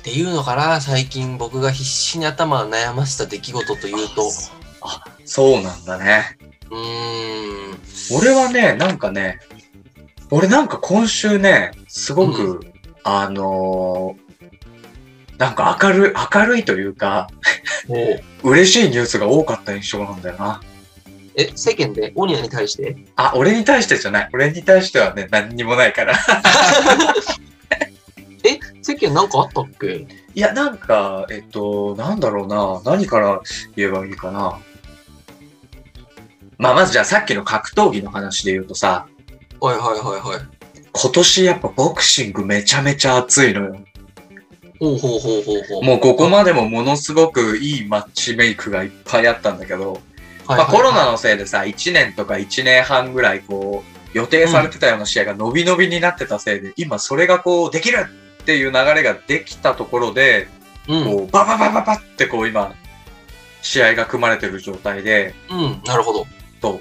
Speaker 2: っていうのかな、最近僕が必死に頭を悩ませた出来事というと。
Speaker 1: あ、そうなんだね。
Speaker 2: うーん。
Speaker 1: 俺はね、なんかね、俺なんか今週ね、すごく、あのーなんか明るい、明るいというか、
Speaker 2: おう
Speaker 1: 嬉しいニュースが多かった印象なんだよな。
Speaker 2: え、世間でオニアに対して
Speaker 1: あ、俺に対してじゃない。俺に対してはね、何にもないから。
Speaker 2: え、世間なんかあったっけ
Speaker 1: いや、なんか、えっと、なんだろうな。何から言えばいいかな。まあ、まずじゃあさっきの格闘技の話で言うとさ、
Speaker 2: はいはいはいはい。
Speaker 1: 今年やっぱボクシングめちゃめちゃ熱いのよ。
Speaker 2: ほうほうほうほうほう。
Speaker 1: もうここまでもものすごくいいマッチメイクがいっぱいあったんだけど、
Speaker 2: はい
Speaker 1: まあ、
Speaker 2: はいはい
Speaker 1: コロナのせいでさ、1年とか1年半ぐらいこう、予定されてたような試合が伸び伸びになってたせいで、今それがこう、できるっていう流れができたところで、
Speaker 2: うん。
Speaker 1: こう、バババババってこう今、試合が組まれてる状態で、
Speaker 2: うん。なるほど。
Speaker 1: と、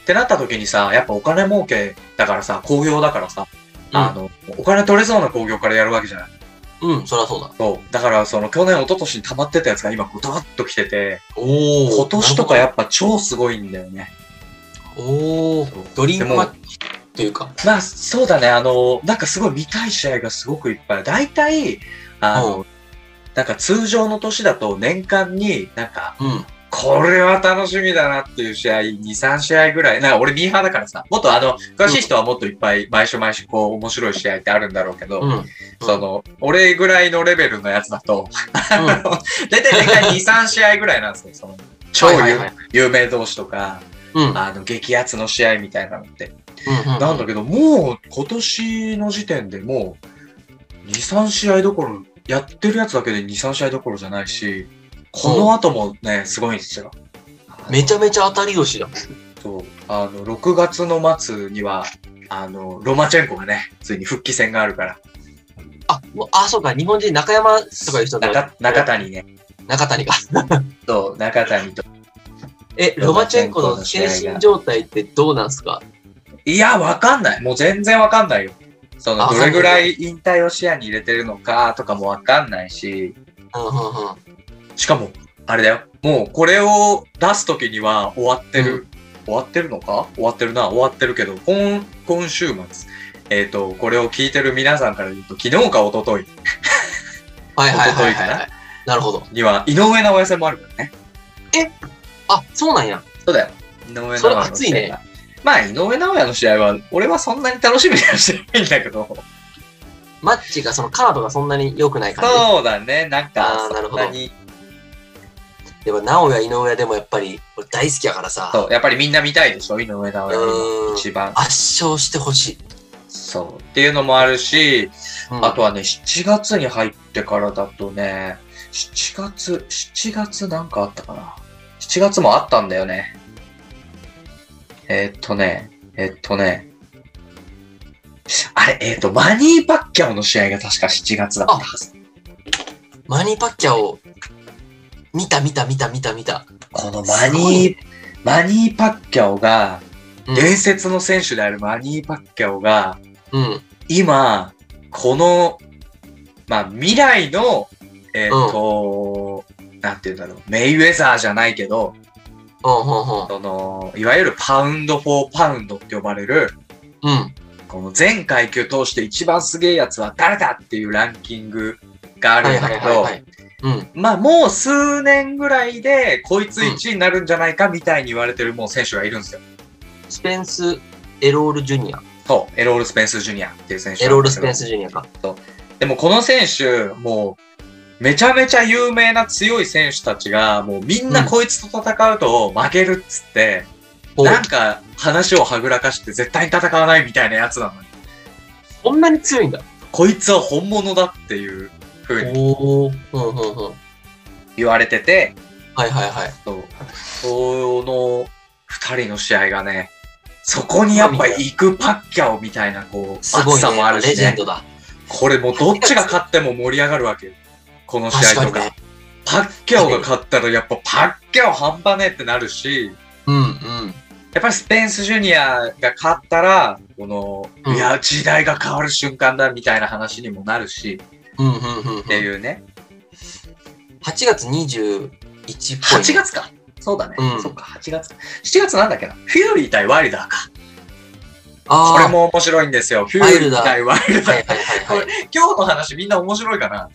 Speaker 1: ってなった時にさ、やっぱお金儲けだからさ、興行だからさ、あの、お金取れそうな興行からやるわけじゃない。
Speaker 2: うん。うん、そりゃそうだ。
Speaker 1: そう。だからその去年一昨年に溜まってたやつが今こうドバッと来てて、
Speaker 2: おお。
Speaker 1: 今年とかやっぱ超すごいんだよね。
Speaker 2: おお。ドリームマッチというか。
Speaker 1: まあ、そうだね。あの、なんかすごい見たい試合がすごくいっぱい。大体、あの、
Speaker 2: う
Speaker 1: なんか通常の年だと年間になんか、
Speaker 2: うん。
Speaker 1: これは楽しみだなっていう試合、2、3試合ぐらい。なんか俺ミーハーだからさ、もっとあの、詳しい人はもっといっぱい毎週毎週こう面白い試合ってあるんだろうけど、
Speaker 2: うん。 うん。
Speaker 1: その、俺ぐらいのレベルのやつだと、大体年間2、3試 合ぐらいなんですよ。その超有,、
Speaker 2: はいはいはい
Speaker 1: 有名同士とか、
Speaker 2: うん。うん。
Speaker 1: あの、激アツの試合みたいなのって。
Speaker 2: うん
Speaker 1: なんだけど、もう今年の時点でもう、2、3試合どころ、やってるやつだけで2、3試合どころじゃないし、この後もね、すごいんですよ。
Speaker 2: めちゃめ
Speaker 1: ち
Speaker 2: ちゃ当たり年だ。
Speaker 1: ゃ。そう。あの、6月の末には、あの、ロマチェンコがね、ついに復帰戦があるから、
Speaker 2: あ、もうあ、そうか、日本人中山とかいう人だ
Speaker 1: 中中谷ね、
Speaker 2: 中谷が。
Speaker 1: と中谷と。
Speaker 2: え、ロマチェンコの精神状態ってどうなんすか
Speaker 1: いや、わかんない。もう全然わかんないよ。その、
Speaker 2: あ
Speaker 1: どれぐらい引退を視野に入れてるのかとかもわかんないし、
Speaker 2: うんうんうん。
Speaker 1: しかも、あれだよ。もうこれを出すときには終わってる。終わってるのか終わってるな。終わってるけど、今、今週末。えっ、と、これを聞いてる皆さんから言うと、昨日か一昨日
Speaker 2: はいはいはい
Speaker 1: 一昨日か
Speaker 2: はい、は。
Speaker 1: ない
Speaker 2: なるほど。
Speaker 1: には、井上尚弥戦もあるからね。
Speaker 2: あ、そうなんや。
Speaker 1: そうだよ。井上尚
Speaker 2: それ
Speaker 1: 弥の
Speaker 2: 熱い
Speaker 1: 試合
Speaker 2: ね
Speaker 1: が。まあ、井上尚弥の試合は、俺はそんなに楽しみにはしてないんだけ ど。
Speaker 2: マッチが、そのカードがそんなに良くない感
Speaker 1: そうだね。なんか
Speaker 2: あ、ーな
Speaker 1: そ
Speaker 2: る
Speaker 1: ん
Speaker 2: ほど
Speaker 1: なに。
Speaker 2: じ。でも、直哉、井上でもやっぱり、俺大好きやからさ、
Speaker 1: そう、やっぱりみんな見たいでしょ、井上尚弥が
Speaker 2: うーん、圧
Speaker 1: 一番。
Speaker 2: 勝してほしい。
Speaker 1: そう。っていうのもあるし、
Speaker 2: うん
Speaker 1: あとはね、7月に入ってからだとね、7月、7月なんかあったかな。7月もあったんだよね。えーっとね、えーっとね、あれ、えーっと、マニー・パッキャオの試合が確か7月だったはず。
Speaker 2: マニーパッキャオ、見た見た見た見た見た。
Speaker 1: このマ
Speaker 2: すごい
Speaker 1: ニー、マニー・パッキャオが、
Speaker 2: うん
Speaker 1: 伝説の選手であるマニー・パッキャオが、
Speaker 2: うん。
Speaker 1: 今、この、まあ、未来の、えっ、と、なんて言うんだろう、メイウェザーじゃないけど、
Speaker 2: ほんほんほん。
Speaker 1: その、いわゆるパウンド・フォー・パウンドって呼ばれる、
Speaker 2: うん。
Speaker 1: この全階級通して一番すげえやつは誰だっていうランキングがあ
Speaker 2: は
Speaker 1: る
Speaker 2: い
Speaker 1: んだ
Speaker 2: はい
Speaker 1: け
Speaker 2: はい
Speaker 1: ど
Speaker 2: は、い。うん。
Speaker 1: まあもう数年ぐらいでこいつ1位になるんじゃないかみたいに言われてるもう選手がいるんですよ。
Speaker 2: スペンス・エロール・ジュニア。
Speaker 1: そう、エロール・スペンス・ジュニアっていう選手
Speaker 2: エ
Speaker 1: な
Speaker 2: ロー
Speaker 1: んで
Speaker 2: ル・
Speaker 1: す
Speaker 2: ス
Speaker 1: けど。
Speaker 2: ペンス・ジュニアか。
Speaker 1: でもこの選手、もう、めちゃめちゃ有名な強い選手たちが、もうみんなこいつと戦うと負けるっつって、
Speaker 2: ほう
Speaker 1: なんか話をはぐらかして絶対に戦わないみたいなやつなのに、
Speaker 2: こんなに強いんだ。
Speaker 1: こいつは本物だっていう風に
Speaker 2: おお。うんうんうん。
Speaker 1: 言われてて、
Speaker 2: はいはいはい。
Speaker 1: そう、その二人の試合がね、そこにやっぱ行くパッキャオみたいなこう、
Speaker 2: す
Speaker 1: 熱
Speaker 2: ごいね
Speaker 1: さもある
Speaker 2: レ
Speaker 1: し
Speaker 2: ジェ
Speaker 1: ね
Speaker 2: ン、ドだ。
Speaker 1: これもうどっちが勝っても盛り上がるわけよ。この試
Speaker 2: 確
Speaker 1: 合
Speaker 2: か
Speaker 1: と
Speaker 2: に
Speaker 1: か。
Speaker 2: ね。
Speaker 1: パッキャオが勝ったらやっぱパッキャオ半端ねえってなるし、
Speaker 2: うんうん。
Speaker 1: やっぱりスペンス・ジュニアが勝ったら、この、
Speaker 2: うん
Speaker 1: いや、時代が変わる瞬間だみたいな話にもなるし、
Speaker 2: うんうんうん。
Speaker 1: って
Speaker 2: 8
Speaker 1: いうね。
Speaker 2: 月21っぽい。
Speaker 1: 8月か。そうだね。
Speaker 2: うん
Speaker 1: そっか、8月か。7月なんだっけな。フューリー対ワイルダーか。
Speaker 2: あ
Speaker 1: こ
Speaker 2: あ。
Speaker 1: れも面白いんですよ。フュー
Speaker 2: ワイ
Speaker 1: リ
Speaker 2: ル
Speaker 1: ー
Speaker 2: ダー
Speaker 1: 対ワイルダ
Speaker 2: は
Speaker 1: ー
Speaker 2: い。はいはいはい。
Speaker 1: 今日の話みんな面白いかな。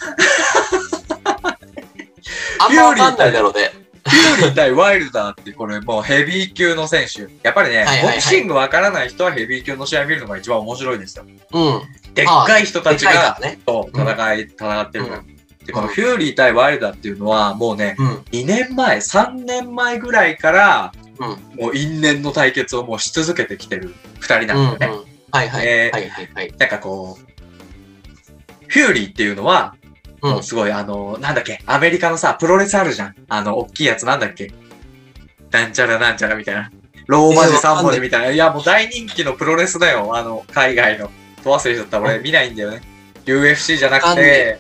Speaker 2: あんまわかんないだろうね。
Speaker 1: フューリー対ワイルダーってこれもうヘビー級の選手。やっぱりね、
Speaker 2: はいはいはい
Speaker 1: ボクシングわからない人はヘビー級の試合見るのが一番面白いですよ。
Speaker 2: うん。
Speaker 1: でっかい人た
Speaker 2: で
Speaker 1: ち
Speaker 2: かい
Speaker 1: が
Speaker 2: からね。
Speaker 1: と戦い、戦ってるから。
Speaker 2: う
Speaker 1: で、このフューリー対ワイルダーっていうのはもうね、
Speaker 2: うん。
Speaker 1: 2年前、3年前ぐらいから、
Speaker 2: うん。
Speaker 1: もう因縁の対決をもうし続けてきてる2人
Speaker 2: うん
Speaker 1: な
Speaker 2: うん
Speaker 1: んだよね。
Speaker 2: はいはい。
Speaker 1: えー
Speaker 2: はいはいはい。
Speaker 1: なんかこう、フューリーっていうのは、
Speaker 2: うん
Speaker 1: もうすごいあの、なんだっけ、アメリカのさ、プロレスあるじゃん。あの、大きいやつなんだっけ。なんちゃらなんちゃらみたいな。ローマ字
Speaker 2: えー
Speaker 1: 3
Speaker 2: わかんない
Speaker 1: 文字みたいな。いや、もう大人気のプロレスだよ。あの、海外の。と忘れちゃった。俺
Speaker 2: う
Speaker 1: 見ないんだよね。UFC じゃな
Speaker 2: わ
Speaker 1: く
Speaker 2: かんない
Speaker 1: て、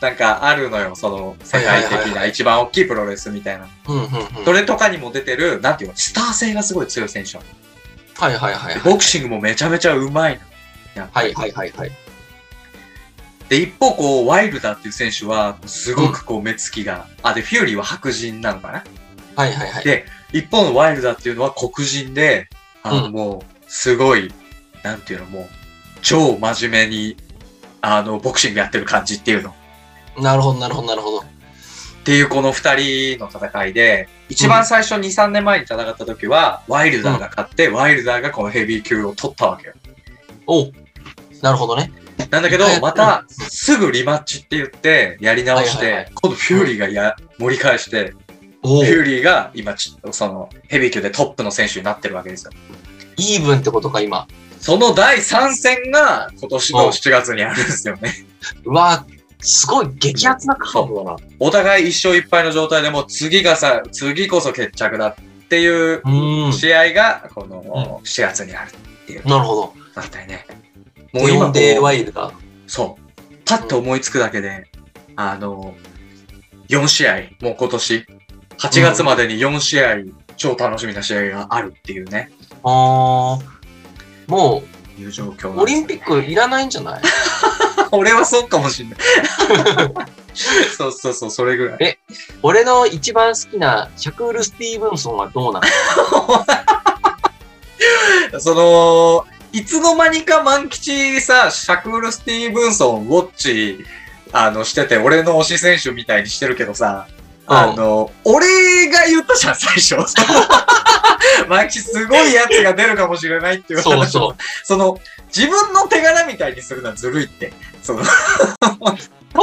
Speaker 1: なんかあるのよ。その、世界
Speaker 2: はいはい
Speaker 1: 的
Speaker 2: はいは
Speaker 1: な一番大きいプロレスみたいな。
Speaker 2: うんうんうん。
Speaker 1: それとかにも出てる、なんていうの、スター性がすごい強い選手なの
Speaker 2: はいはいはいはい。
Speaker 1: ボクシングもめちゃめちゃうまいの。
Speaker 2: はいはいはいはい。
Speaker 1: で、一方、こう、ワイルダーっていう選手は、すごくこう、目つきが、あ、で、フューリーは白人なのかな
Speaker 2: はいはいはい。
Speaker 1: で、一方のワイルダーっていうのは黒人で、あの、
Speaker 2: うん
Speaker 1: もう、すごい、なんていうの、もう、超真面目に、あの、ボクシングやってる感じっていうの。
Speaker 2: なるほどなるほどなるほど。
Speaker 1: っていうこの二人の戦いで、一番最初2、3年前に戦った時は、ワイルダーが勝って、ワイルダーがこのヘビー級を取ったわけよ。
Speaker 2: おなるほどね。
Speaker 1: なんだけど
Speaker 2: 一回やっ、た
Speaker 1: また、すぐリマッチって言って、やり直し
Speaker 2: はいはいは
Speaker 1: て、今度フューリーがや、盛り返して、
Speaker 2: お
Speaker 1: フ
Speaker 2: お
Speaker 1: ューリーが今ち、その、ヘビー級でトップの選手になってるわけですよ。
Speaker 2: イーブンってことか、今。
Speaker 1: その第3戦が、今年の7月にあるんですよね。
Speaker 2: うわすごい激アツなカードだな。
Speaker 1: お互い一勝一敗の状態でもう次がさ、次こそ決着だっていう
Speaker 2: うん。
Speaker 1: 試合が、この、7月にある。
Speaker 2: なるほど。
Speaker 1: だったりね。もう
Speaker 2: 4
Speaker 1: 今
Speaker 2: デー
Speaker 1: こ
Speaker 2: ワイルダー。
Speaker 1: う、そう。パッと思いつくだけで、あの、4試合、もう今年、8月までに4試合、超楽しみな試合があるっていうね、
Speaker 2: あー。も
Speaker 1: いう状況
Speaker 2: う、オリンピックいらないんじゃない
Speaker 1: 俺はそうかもしんない。 そうそうそう、それぐらい。
Speaker 2: 俺の一番好きなシャクール・スティーブンソンはどうな の
Speaker 1: その、いつの間にか万吉さ、シャクール・スティーブンソン、ウォッチ、あの、してて、俺の推し選手みたいにしてるけどさ、あの、俺が言ったじゃん、最初。 万吉すごいやつが出るかもしれないっていう話
Speaker 2: そうそう。
Speaker 1: その、自分の手柄みたいにするのはずるいって。その、
Speaker 2: そ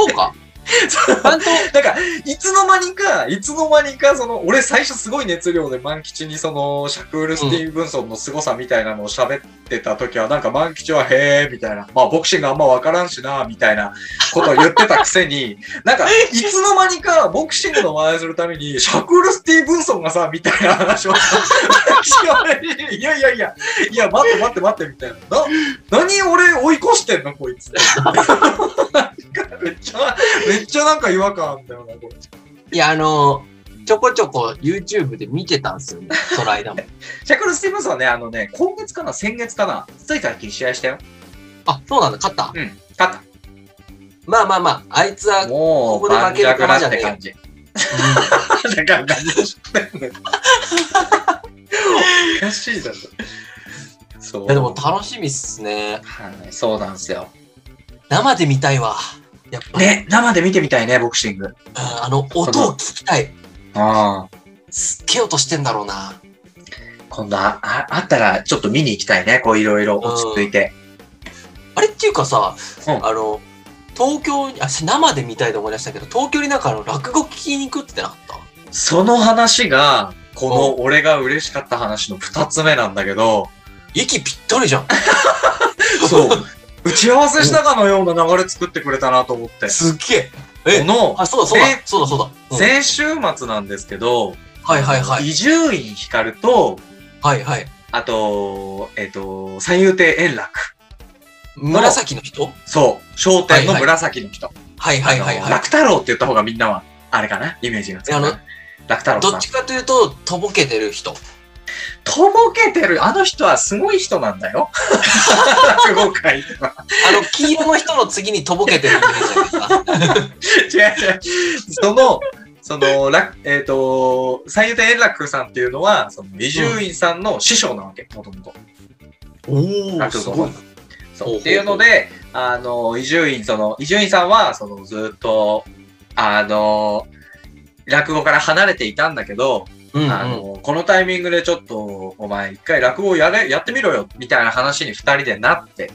Speaker 2: うか。ちゃんと、
Speaker 1: なんか、いつの間にか、いつの間にか、その、俺最初すごい熱量で万吉にその、シャクール・スティーブンソンの凄さみたいなのを喋ってた時は、なんか万吉は、へーみたいな、まあ、ボクシングあんまわからんしな、みたいなことを言ってたくせに、なんか、いつの間にか、ボクシングの真似するために、シャクール・スティーブンソンがさ、みたいな話をさ、万吉はいやいやいや、いや、待って待って待って、みたいな。な、何俺追い越してんの、こいつ。めっちゃ、めっちゃなんか違和感あんだよな、これ。
Speaker 2: いや、あの、ちょこちょこ YouTube で見てたんですよね、その間も。
Speaker 1: シャクル・スティーブンスはね、あのね、今月かな、先月かな、ついた時に試合したよ。
Speaker 2: あ、そうなんだ、勝った。
Speaker 1: うん、勝っ
Speaker 2: まあまあまあ、あいつは、
Speaker 1: た。も
Speaker 2: ここで負けるかなじゃねえよ
Speaker 1: 盤石だ って感じ。だから何をしてんのよおかしいだろ。そう。
Speaker 2: いやでも楽しみっすね。
Speaker 1: はい、そうなんですよ。
Speaker 2: 生で見たいわ。やっぱ、
Speaker 1: ね、生で見てみたいね、ボクシング。
Speaker 2: うんあの、音を聞きたい。
Speaker 1: ああ。
Speaker 2: すっげえ音してんだろうな。
Speaker 1: 今度あ、ああったら、ちょっと見に行きたいね、こう、いろいろ落ち着いて。
Speaker 2: あれっていうかさ、
Speaker 1: うん
Speaker 2: あの、東京に、あ、生で見たいと思い出したけど、東京になんかあの落語聞きに行くってなかった
Speaker 1: その話が、この俺が嬉しかった話の二つ目なんだけど、
Speaker 2: 息ぴったりじゃん。
Speaker 1: そう。打ち合わせしたかのような流れ作ってくれたなと思って。こ
Speaker 2: すっげええ
Speaker 1: の、
Speaker 2: あ、そうだそうだ
Speaker 1: え、
Speaker 2: そうだそうだ。うん
Speaker 1: 先週末なんですけど、
Speaker 2: はいはいはい。
Speaker 1: 伊集院光と、
Speaker 2: はいはい。
Speaker 1: あと、えっ、と、三遊亭円楽。
Speaker 2: 紫の人
Speaker 1: そう。商店の
Speaker 2: はいはい
Speaker 1: 紫の人。
Speaker 2: はいはいはい
Speaker 1: あの
Speaker 2: はい。
Speaker 1: 楽太郎って言った方がみんなは、あれかなイメージがつく
Speaker 2: あ
Speaker 1: な
Speaker 2: の
Speaker 1: 楽太郎
Speaker 2: ど
Speaker 1: さ
Speaker 2: っ
Speaker 1: ん
Speaker 2: ち。かというと、とぼけてる人。
Speaker 1: とぼけてる、あの人はすごい人なんだ よ。落語界では。
Speaker 2: あ の、黄色の人の次にとぼけてるイメージだけどさ。
Speaker 1: 違う違う。 その、その、楽えっ、と、三遊亭円楽さんっていうのは、その伊集院さんの師匠なわけ、もともと。
Speaker 2: お
Speaker 1: ー
Speaker 2: ー、すごい。
Speaker 1: そ
Speaker 2: ほう
Speaker 1: う
Speaker 2: ほう
Speaker 1: っていうので、あの、伊集院、その、伊集院さんは、その、ずっと、あの、落語から離れていたんだけど、
Speaker 2: うん、うん。
Speaker 1: あの、このタイミングでちょっと、お前一回落語やれ、やってみろよ、みたいな話に二人でなって、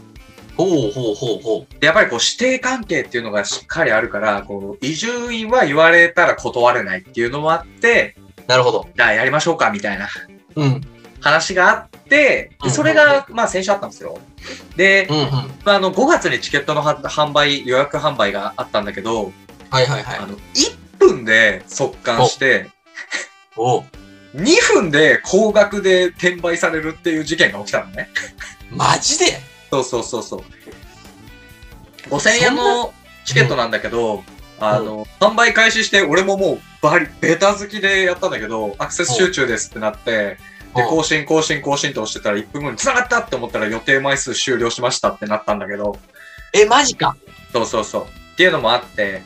Speaker 2: ほうほうほうほう。
Speaker 1: でやっぱりこう、師弟関係っていうのがしっかりあるから、こう、伊集院は言われたら断れないっていうのもあって、
Speaker 2: なるほど。
Speaker 1: じゃあやりましょうか、みたいな
Speaker 2: うん。うん、
Speaker 1: 話があって、でそれが、まあ、先週あったんですよ。で、
Speaker 2: うん。
Speaker 1: まあ、あの5月にチケットのは販売予約販売があったんだけど、
Speaker 2: はいはいは
Speaker 1: あ
Speaker 2: い。
Speaker 1: の1分で速乾して
Speaker 2: おう
Speaker 1: 2分で高額で転売されるっていう事件が起きたのね
Speaker 2: マジで
Speaker 1: そうそうそうそう5000円
Speaker 2: そん
Speaker 1: のチケットなんだけど、あの販売開始して俺ももうバリベタ好きでやったんだけどアクセス集中ですってなってで
Speaker 2: おう
Speaker 1: 更新更新更新と押してたら1分後に繋がったって思ったら予定枚数終了しましたってなったんだけど
Speaker 2: え、マジか。
Speaker 1: そうそうそうっていうのもあって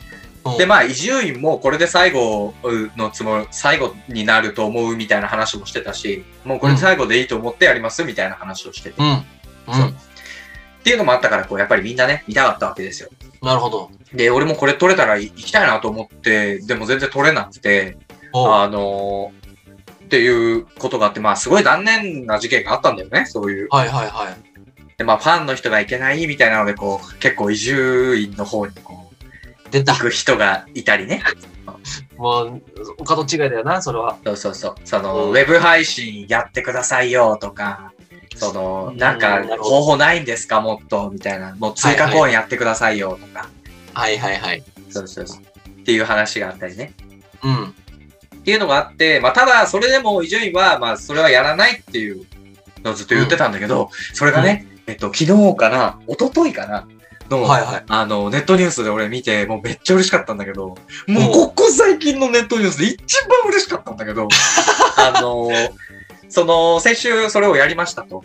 Speaker 2: うん
Speaker 1: でまあ伊集院もこれで最後のつもり最後になると思うみたいな話もしてたしもうこれで最後でいいと思ってやりますみたいな話をしてて、
Speaker 2: うん。う
Speaker 1: そう。
Speaker 2: ん
Speaker 1: っていうのもあったからこうやっぱりみんなね見たかったわけですよ
Speaker 2: なるほど。
Speaker 1: で俺もこれ取れたらい行きたいなと思ってでも全然取れなくて
Speaker 2: おう
Speaker 1: あのーっていうことがあってまあすごい残念な事件があったんだよねそういう
Speaker 2: はいはいはい。
Speaker 1: でまあファンの人が行けないみたいなのでこう結構伊集院の方にこう
Speaker 2: 出た
Speaker 1: 行。く人がいたりね
Speaker 2: もう、お門違いだよな、それは。
Speaker 1: そうそうそう。その、
Speaker 2: うん
Speaker 1: ウェブ配信やってくださいよとか、その、
Speaker 2: うん
Speaker 1: なん
Speaker 2: な
Speaker 1: か
Speaker 2: るほど
Speaker 1: 方法ないんですかもっとみたいな。もう追加公演やってくださいよとか。
Speaker 2: はいはいはい。
Speaker 1: そうそうそう。っていう話があったりね。
Speaker 2: うん。
Speaker 1: っていうのがあって、まあただ、それでも伊集院は、まあそれはやらないっていうのをずっと言ってたんだけど、それがね、えっと、昨日かな、一昨日かな、の、
Speaker 2: はいはい。
Speaker 1: あの、ネットニュースで俺見て、もうめっちゃ嬉しかったんだけど、もうここ最近のネットニュースで一番嬉しかったんだけ ど、あの、その、先週それをやりましたと。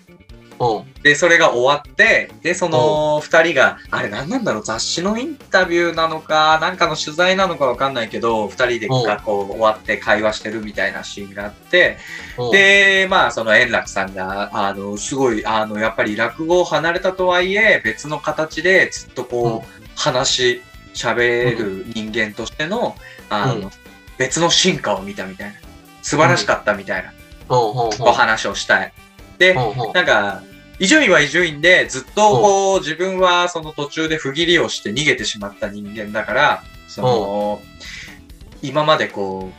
Speaker 2: うん。
Speaker 1: で、それが終わって、で、その二人が、あれ何なんだろう、雑誌のインタビューなのか、なんかの取材なのかわかんないけど、二人で
Speaker 2: うん
Speaker 1: がこう終わって会話してるみたいなシーンがあって、
Speaker 2: うん、
Speaker 1: で、まあ、その円楽さんが、あの、すごい、あの、やっぱり落語を離れたとはいえ、別の形でずっとこう、話、喋る人間としての、あ
Speaker 2: う
Speaker 1: の、別の進化を見たみたいな。素晴らしかったみたいな、
Speaker 2: うんうんうん。
Speaker 1: お話をしたい。で、
Speaker 2: うんうん
Speaker 1: なんか、伊集院は伊集院で、ずっとこう、自分はその途中で不義理をして逃げてしまった人間だから、その、今までこう、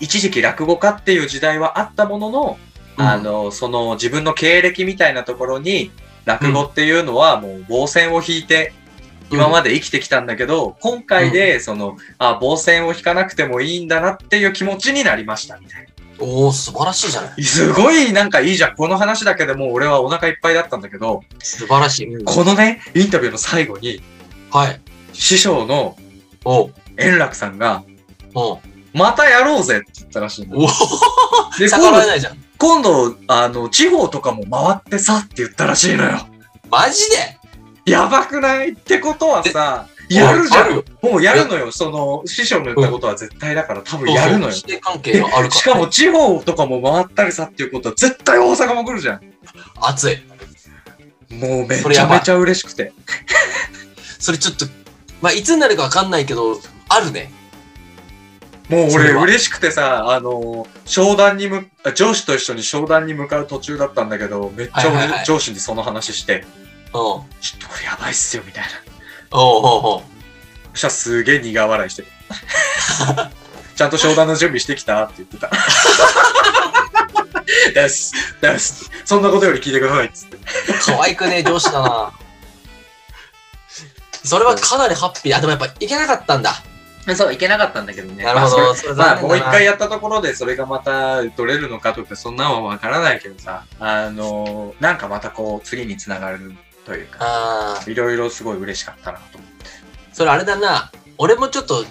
Speaker 1: 一時期落語家っていう時代はあったものの、あ、の、その自分の経歴みたいなところに、落語っていうのはもう防線を引いて、今まで生きてきたんだけど、今回で、その、あ、防線を引かなくてもいいんだなっていう気持ちになりました、みたいな。
Speaker 2: で。おお、素晴らしいじゃない。
Speaker 1: すごいなんかいいじゃん。この話だけでもう俺はお腹いっぱいだったんだけど、
Speaker 2: 素晴らしい。うん
Speaker 1: このね、インタビューの最後に、
Speaker 2: はい。
Speaker 1: 師匠の
Speaker 2: おう。
Speaker 1: 円楽さんが、
Speaker 2: おう。
Speaker 1: またやろうぜって言ったらしいんだ
Speaker 2: おお。
Speaker 1: で、
Speaker 2: 逆らえ
Speaker 1: 今
Speaker 2: ないじゃん。
Speaker 1: 度、今度、あの、地方とかも回ってさって言ったらしいのよ。
Speaker 2: マジで
Speaker 1: やばくないってことはさ、やるじゃ
Speaker 2: あ
Speaker 1: ん
Speaker 2: よ。
Speaker 1: もうやるのよ。その、師匠の言ったことは絶対だから多分やるのよ
Speaker 2: そう。そう師弟関係があるから。
Speaker 1: しかも、地方とかも回ったりさっていうことは絶対大阪も来るじゃん。
Speaker 2: 熱い。
Speaker 1: もうめ
Speaker 2: それ
Speaker 1: ち
Speaker 2: や
Speaker 1: ゃ
Speaker 2: ばい
Speaker 1: めちゃ嬉しくて。
Speaker 2: それちょっと、まあ、いつになるかわかんないけど、あるね。
Speaker 1: もう
Speaker 2: そ
Speaker 1: 俺
Speaker 2: れは
Speaker 1: 嬉しくてさ、あのー商談にむ、あ上司と一緒に商談に向かう途中だったんだけど、めっちゃ俺、
Speaker 2: はいはいはい
Speaker 1: 上司にその話して、
Speaker 2: うん。おう
Speaker 1: ちょっとこれやばいっすよ、みたい な。
Speaker 2: おうおう
Speaker 1: そしたらすげえ苦笑い してる。ちゃんと商談の準備してきたって言ってた。 です、です。そんなことより聞いてくださいっつって。
Speaker 2: 可愛くねえ上司だな。それはかなりハッピー。あ、でもやっぱいけなかったんだ。
Speaker 1: そう、いけなかったんだけどね
Speaker 2: なるほど。それ
Speaker 1: まあ、
Speaker 2: 残
Speaker 1: もう
Speaker 2: 念
Speaker 1: 一
Speaker 2: だな
Speaker 1: 回やったところでそれがまた取れるのかとかそんなのはわからないけどさあのなんかまたこう次につながるというか
Speaker 2: ああ、
Speaker 1: いろいろすごい嬉しかったなと思
Speaker 2: それあれだな。俺もちょっと、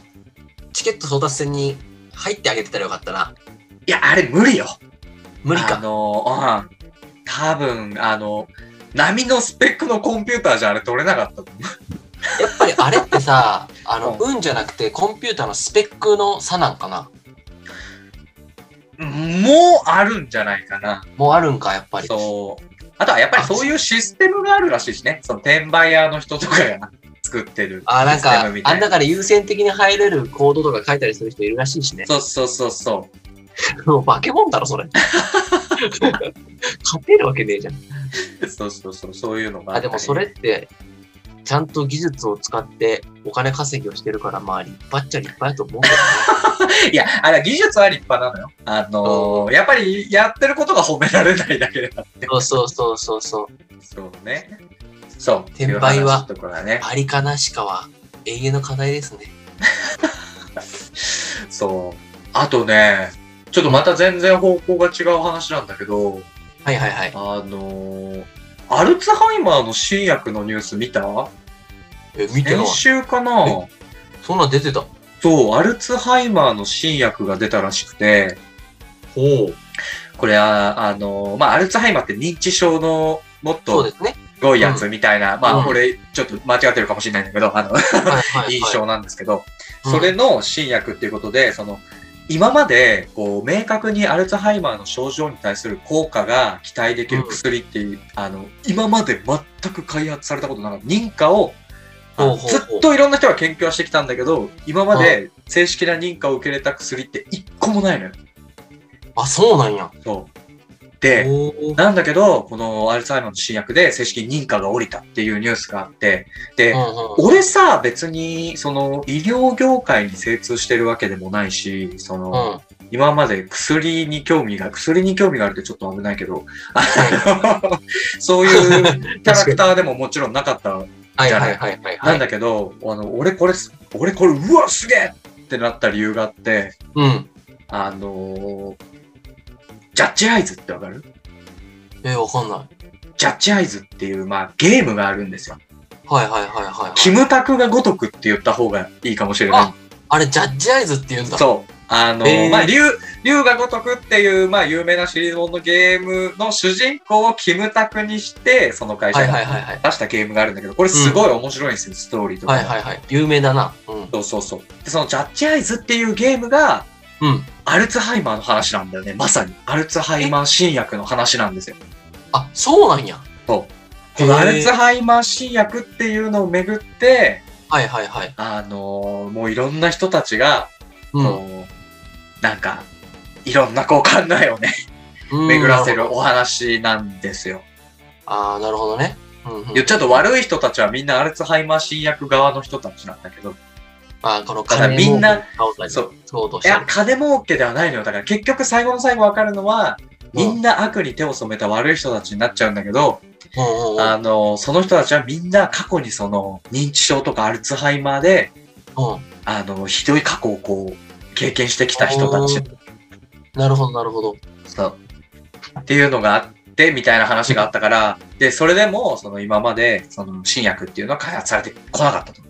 Speaker 2: チケット争奪戦に入ってあげてたらよかったな。
Speaker 1: いやあれ無理よ
Speaker 2: 無理
Speaker 1: あ
Speaker 2: か。
Speaker 1: の、あ多分、あの、波のスペックのコンピューターじゃあれ取れなかったと思う。
Speaker 2: やっぱりあれってさ、あの、
Speaker 1: う
Speaker 2: 運じゃなくてコンピューターのスペックの差なんかな。
Speaker 1: もうあるんじゃないかな。
Speaker 2: もうあるんか、やっぱり。
Speaker 1: そう。あとはやっぱりそういうシステムがあるらしいしね。その転売屋の人とかが作ってる
Speaker 2: あーなん
Speaker 1: システ
Speaker 2: か
Speaker 1: ムみ、た
Speaker 2: あ
Speaker 1: い
Speaker 2: ん
Speaker 1: な。
Speaker 2: だから優先的に入れるコードとか書いたりする人いるらしいしね。
Speaker 1: そうそうそうそう。
Speaker 2: もう化け物だろ、それ。勝てるわけねえじゃん。
Speaker 1: そうそうそう、そういうのが
Speaker 2: あ、
Speaker 1: った
Speaker 2: で
Speaker 1: り
Speaker 2: もそれって、ちゃんと技術を使ってお金稼ぎをしてるから、まあ、立派っちゃ立派やと思うけどね。
Speaker 1: いや、あれは技術は立派なのよ。あのーやっぱりやってることが褒められないだけだって。
Speaker 2: そうそうそうそうそう。
Speaker 1: そうね。そう。
Speaker 2: 転売は
Speaker 1: っていう話のところだね。
Speaker 2: ありかなしかは永遠の課題ですね。
Speaker 1: そう。あとね、ちょっとまた全然方向が違う話なんだけど、
Speaker 2: はいはいはい。
Speaker 1: あのーアルツハイマーの新薬のニュース見た
Speaker 2: え、見て
Speaker 1: 先
Speaker 2: ない。
Speaker 1: 週かな
Speaker 2: えそんなん出てた。ほ
Speaker 1: そう、アルツハイマーの新薬が出たらしくて、
Speaker 2: う。
Speaker 1: これは、あのーまあ、アルツハイマーって認知症のもっ
Speaker 2: そう
Speaker 1: と
Speaker 2: ですね。
Speaker 1: すごいやつみたいな、ま
Speaker 2: う
Speaker 1: あ、
Speaker 2: ん
Speaker 1: これ、ちょっと間違ってるかもしれないんだけど、あの、
Speaker 2: はいはい、はい。
Speaker 1: 印象なんですけど、
Speaker 2: うん
Speaker 1: それの新薬っていうことで、その、今まで、こう、明確にアルツハイマーの症状に対する効果が期待できる薬っていう、あの、今まで全く開発されたことなかった。認可を、
Speaker 2: ほうほうほう
Speaker 1: ずっといろんな人が研究はしてきたんだけど、今まで正式な認可を受けれた薬って一個もないのよ。
Speaker 2: あ、そうなんや。
Speaker 1: そう。で、
Speaker 2: おー
Speaker 1: なんだけど、このアルツハイマーの新薬で正式に認可が下りたっていうニュースがあって、で、
Speaker 2: うんうん
Speaker 1: 俺さ、別に、その、医療業界に精通してるわけでもないし、その、
Speaker 2: うん。
Speaker 1: 今まで薬に興味が、薬に興味があるってちょっと危ないけど、あの そう いうキャラクターでももちろんなかった、
Speaker 2: はい
Speaker 1: じゃ
Speaker 2: は
Speaker 1: ないい
Speaker 2: はいはい。
Speaker 1: なんだけど、あの、俺これ、俺これ、うわ、すげえってなった理由があって、
Speaker 2: うん。
Speaker 1: あのージャッジアイズってわかる
Speaker 2: え、わかんない。
Speaker 1: ジャッジアイズっていう、まあ、ゲームがあるんですよ。
Speaker 2: はいはいはいはいはい。
Speaker 1: キムタクがごとくって言った方がいいかもしれないんだけど
Speaker 2: あれ、ジャッジアイズって言うんだ。
Speaker 1: そう。あの、
Speaker 2: へー
Speaker 1: まあ、竜、竜が如くっていう、まあ、有名なシリーズ本のゲームの主人公をキムタクにして、その会
Speaker 2: は
Speaker 1: 社
Speaker 2: いは
Speaker 1: が
Speaker 2: いはいはい。
Speaker 1: 出したゲームがあるんだけど、これすごい面白いんですよ、ストーリーとか。
Speaker 2: はいはいはい。有名だな。うん。
Speaker 1: そうそうそう。で、そのジャッジアイズっていうゲームが、
Speaker 2: うん。
Speaker 1: アルツハイマーの話なんだよね。まさに。アルツハイマー新薬の話なんですよ。
Speaker 2: あ、そうなんや。
Speaker 1: このアルツハイマー新薬っていうのをめぐって、
Speaker 2: はいはいはい。
Speaker 1: あのーもういろんな人たちが、
Speaker 2: うん
Speaker 1: こうなんか、いろんなこう考えをね、
Speaker 2: うん。
Speaker 1: 巡らせる
Speaker 2: なほど
Speaker 1: お話なんですよ。
Speaker 2: ああ、なるほどね。うんうん
Speaker 1: 言っちゃうと悪い人たちはみんなアルツハイマー新薬側の人たちなんだけど、
Speaker 2: まあ、この
Speaker 1: だから
Speaker 2: 金
Speaker 1: みんな
Speaker 2: 儲けを
Speaker 1: そう。
Speaker 2: そうとし
Speaker 1: い
Speaker 2: て
Speaker 1: や、金儲けではないのよ。だから結局最後の最後わかるのは、みんな悪に手を染めた悪い人たちになっちゃうんだけど、
Speaker 2: うんうんうん
Speaker 1: あの、その人たちはみんな過去にその認知症とかアルツハイマーで、
Speaker 2: うん
Speaker 1: あの、ひどい過去をこう、経験してきた人たち
Speaker 2: なるほど、なるほど。
Speaker 1: そう。っていうのがあって、みたいな話があったから、で、それでも、その今まで、その新薬っていうのは開発されてこなかったと。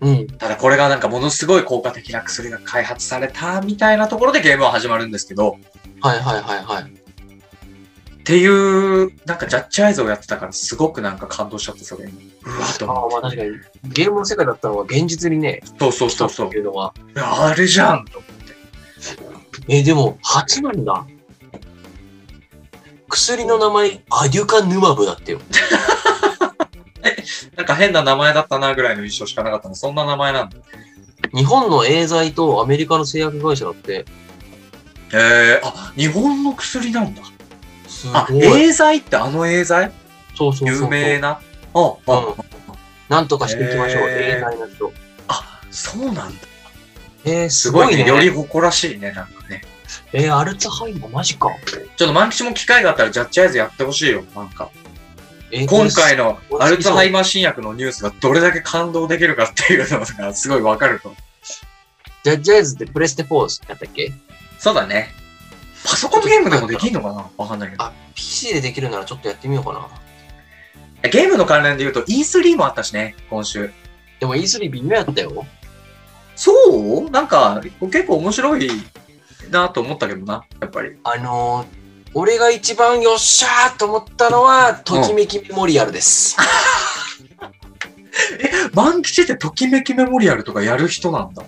Speaker 2: うん。
Speaker 1: ただこれがなんかものすごい効果的な薬が開発されたみたいなところでゲームは始まるんですけど、
Speaker 2: はいはいはいはい。
Speaker 1: っていう、なんかジャッジアイズをやってたからすごくなんか感動しちゃって、それに。うわと
Speaker 2: ああ、ま
Speaker 1: 思
Speaker 2: あ
Speaker 1: っ
Speaker 2: 確かに。ゲームの世界だったのは現実にね、
Speaker 1: て。そうそう
Speaker 2: 来
Speaker 1: そ
Speaker 2: た
Speaker 1: う
Speaker 2: って
Speaker 1: そう。
Speaker 2: いうのは。
Speaker 1: いやあれじゃんと。
Speaker 2: え、でも、8なんだ。薬の名前、アデュカヌマブだってよ。
Speaker 1: なんか変な名前だったなぐらいの印象しかなかったの。そんな名前なんだ。
Speaker 2: 日本のエーザイとアメリカの製薬会社だっ
Speaker 1: へ
Speaker 2: て、
Speaker 1: え、あ、日本の薬なんだ。
Speaker 2: す
Speaker 1: あ、
Speaker 2: ごい。
Speaker 1: エーザイってあのエーザイ
Speaker 2: そうそうそうそ
Speaker 1: 有
Speaker 2: う。
Speaker 1: 名な。あ、あ、
Speaker 2: うんなんとかしていきましょう、
Speaker 1: へー
Speaker 2: エーザイの人。
Speaker 1: あ、そうなんだ。
Speaker 2: えー、す
Speaker 1: す
Speaker 2: ご
Speaker 1: ご
Speaker 2: い
Speaker 1: い
Speaker 2: ね。
Speaker 1: ね。より誇らしいね、なんかね。
Speaker 2: えー、アルツハイマー、マジか。
Speaker 1: ちょっと万吉も機会があったらジャッジアイズやってほしいよ、なんか。
Speaker 2: えー
Speaker 1: 今回のアルツハイマー新薬のニュースがどれだけ感動できるかっていうのがすごいわかると。
Speaker 2: ジャッジアイズってプレステ4やったっけ
Speaker 1: そうだね。パソコンゲームでもできんのかなわかんないけど。
Speaker 2: あ、PC でできるならちょっとやってみようかな。
Speaker 1: ゲームの関連で言うと E3 もあったしね、今週。
Speaker 2: でも E3 微妙やったよ。
Speaker 1: そうなんか結構面白いなと思ったけどな、やっぱり。
Speaker 2: あのー、俺が一番よっしゃーと思ったのは、ときめきメモリアルです。
Speaker 1: 万吉ってときめきメモリアルとかやる人なんだ。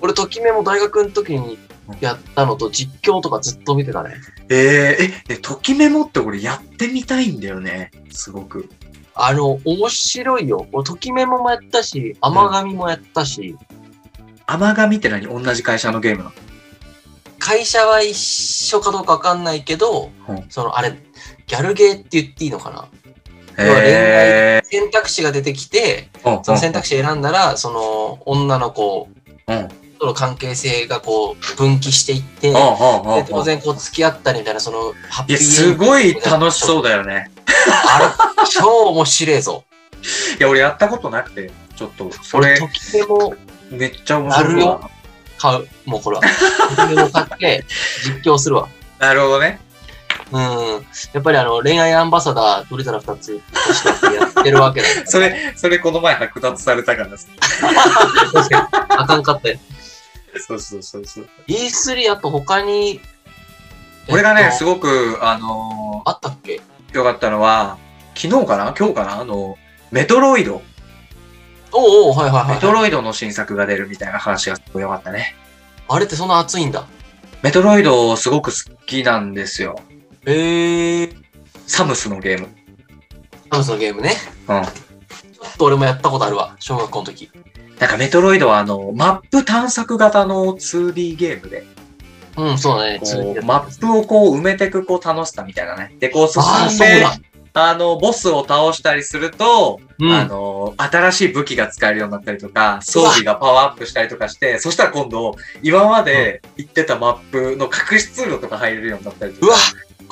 Speaker 2: 俺、ときめも大学の時にやったのと、実況とかずっと見てたね。
Speaker 1: えー、え、え、ときメモって俺やってみたいんだよね。すごく。
Speaker 2: あの、面白いよ。俺、ときめもやったし、甘神もやったし、
Speaker 1: 甘神って何同じ会社のゲームなの
Speaker 2: 会社は一緒かどうかわかんないけど、
Speaker 1: うん
Speaker 2: その、あれ、ギャルゲーって言っていいのかな要は恋愛
Speaker 1: え
Speaker 2: 選択肢が出てきて、
Speaker 1: ー、
Speaker 2: その選択肢選んだら、その女の子
Speaker 1: うんうんうん
Speaker 2: との関係性がこう分岐していって、
Speaker 1: うん
Speaker 2: で
Speaker 1: うん
Speaker 2: 当
Speaker 1: うん。
Speaker 2: 然こう付き合ったりみたいな、そのハッ
Speaker 1: い
Speaker 2: ピーエ
Speaker 1: や、
Speaker 2: ンド
Speaker 1: すごい楽しそうだよね。
Speaker 2: あれ、超面白いぞ。
Speaker 1: いや、俺やったことなくて、ちょっと、そ
Speaker 2: 俺、
Speaker 1: れ、
Speaker 2: 時計も
Speaker 1: めっちゃ面白そう
Speaker 2: なる
Speaker 1: だな
Speaker 2: よ買う。もうこれは。時計も買って、実況するわ。
Speaker 1: なるほどね。
Speaker 2: うん。やっぱりあの、恋愛アンバサダー、どれたら2つとしてやってるわけだから。
Speaker 1: それ、それこの前剥奪されたからさ。
Speaker 2: 確かに。あかんかったよ。
Speaker 1: そうそうそうそう。
Speaker 2: E3、あと他に、
Speaker 1: 俺が
Speaker 2: えっ
Speaker 1: ね、
Speaker 2: と
Speaker 1: すごく、あの
Speaker 2: あったっけ
Speaker 1: ー、良かったのは、昨日かな今日かなあの、メトロイド。
Speaker 2: おうおう、はいはいはい。
Speaker 1: メトロイドの新作が出るみたいな話がすごい良かったね。
Speaker 2: あれってそんな熱いんだ。
Speaker 1: メトロイドすごく好きなんですよ。
Speaker 2: へえー。
Speaker 1: サムスのゲーム。
Speaker 2: サムスのゲームね。
Speaker 1: うん。
Speaker 2: ちょっと俺もやったことあるわ。小学校の時。
Speaker 1: なんかメトロイドはあの、マップ探索型の 2D ゲームで、
Speaker 2: うん、そうだね。
Speaker 1: こう、マップをこう埋めていくこう楽しさみたいなね。で、こう進
Speaker 2: ああ、
Speaker 1: ん
Speaker 2: そう
Speaker 1: で、
Speaker 2: だ
Speaker 1: あ。の、ボスを倒したりすると、
Speaker 2: うん。
Speaker 1: あの、新しい武器が使えるようになったりとか、装備がパワーアップしたりとかして、そしたら今度、今まで行ってたマップの隠し通路とか入れるようになったりと
Speaker 2: う
Speaker 1: か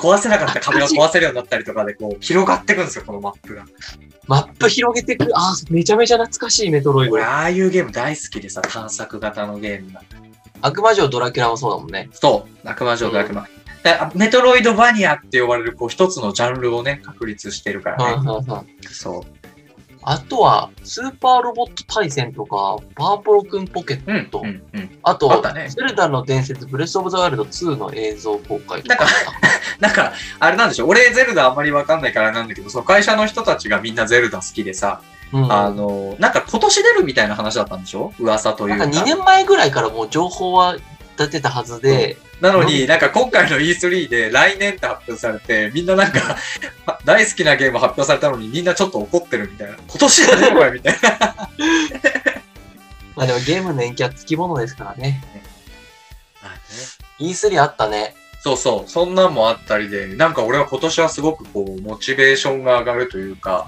Speaker 2: わ、
Speaker 1: 壊せなかった壁が壊せるようになったりとかで、こう、広がっていくんですよ、このマップが。
Speaker 2: マップ広げてくる。あー、めちゃめちゃ懐かしいメトロイド
Speaker 1: 俺、。ああいうゲーム大好きでさ、探索型のゲームが。
Speaker 2: 悪魔城ドラキュラもそうだもんね。
Speaker 1: そう、悪魔城と悪魔。であメトロイドバニアって呼ばれる、こう、一つのジャンルをね、確立してるか
Speaker 2: はい
Speaker 1: らね。
Speaker 2: はいはい。
Speaker 1: そ
Speaker 2: あとは、スーパーロボット対戦とか、パープロくんポケット。
Speaker 1: う。うん、うん、うん。
Speaker 2: あ
Speaker 1: あっ
Speaker 2: と、
Speaker 1: たね
Speaker 2: ゼルダの伝説、ブレスオブザワイルド2の映像公開と
Speaker 1: なん
Speaker 2: か
Speaker 1: か。なんか、あれなんでしょ俺、ゼルダあんまりわかんないからなんだけど、その会社の人たちがみんなゼルダ好きでさ、
Speaker 2: うん
Speaker 1: あの、なんか今年出るみたいな話だったんでしょ噂とい
Speaker 2: な
Speaker 1: うんか。
Speaker 2: か2年前ぐらいからもう情報は出てたはずで、
Speaker 1: なのに、なんか今回の E3 で来年って発表されて、みんななんか、 大好きなゲーム発表されたのにみんなちょっと怒ってるみたいな。今年だね、これ、み たいな。
Speaker 2: まあでもゲームの延期はつきものですからね。E3 あったね。
Speaker 1: そうそう、そんなんもあったりで、なんか俺は今年はすごくこう、モチベーションが上がるというか、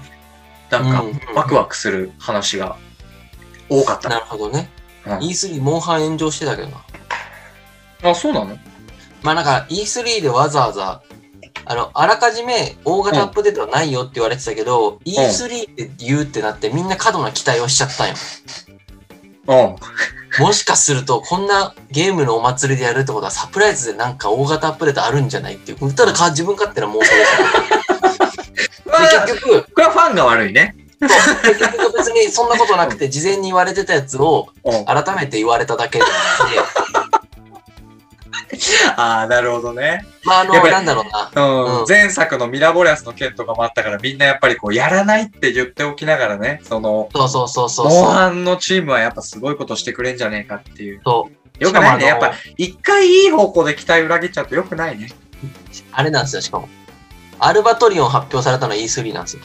Speaker 1: なんか
Speaker 2: う、ん
Speaker 1: ワクワクする話が多かった。
Speaker 2: なるほどね。
Speaker 1: うん
Speaker 2: E3 モンハン炎上してたけどな。
Speaker 1: あ、そうなの
Speaker 2: まあなんか E3 でわざわざ、あの、あらかじめ大型アップデートはないよって言われてたけど、E3 って言うってなってみんな過度な期待をしちゃったんよ。
Speaker 1: うん。
Speaker 2: もしかするとこんなゲームのお祭りでやるってことはサプライズでなんか大型アップデートあるんじゃないっていう。ただか自分勝手な妄想で した。で結局、
Speaker 1: これはファンが悪いね。
Speaker 2: そう結局別にそんなことなくて事前に言われてたやつを
Speaker 1: うん。
Speaker 2: 改めて言われただけで、
Speaker 1: ああ、なるほどね。
Speaker 2: まああの、
Speaker 1: やっぱり
Speaker 2: なんだろうな。
Speaker 1: うん。
Speaker 2: うん
Speaker 1: 前作のミラボレアスの件とかもあったから、みんなやっぱりこう、やらないって言っておきながらね、その、
Speaker 2: そうそうそうそう
Speaker 1: モン
Speaker 2: そう。
Speaker 1: ハンのチームはやっぱすごいことしてくれんじゃねえかっていう。
Speaker 2: そう
Speaker 1: よくないね。
Speaker 2: し
Speaker 1: や
Speaker 2: か
Speaker 1: っ
Speaker 2: もあ
Speaker 1: ぱ
Speaker 2: の、
Speaker 1: 一回いい方向で期待裏切っちゃうとよくないね。
Speaker 2: あれなんですよ、しかも。アルバトリオン発表されたのは E3 なんですよ。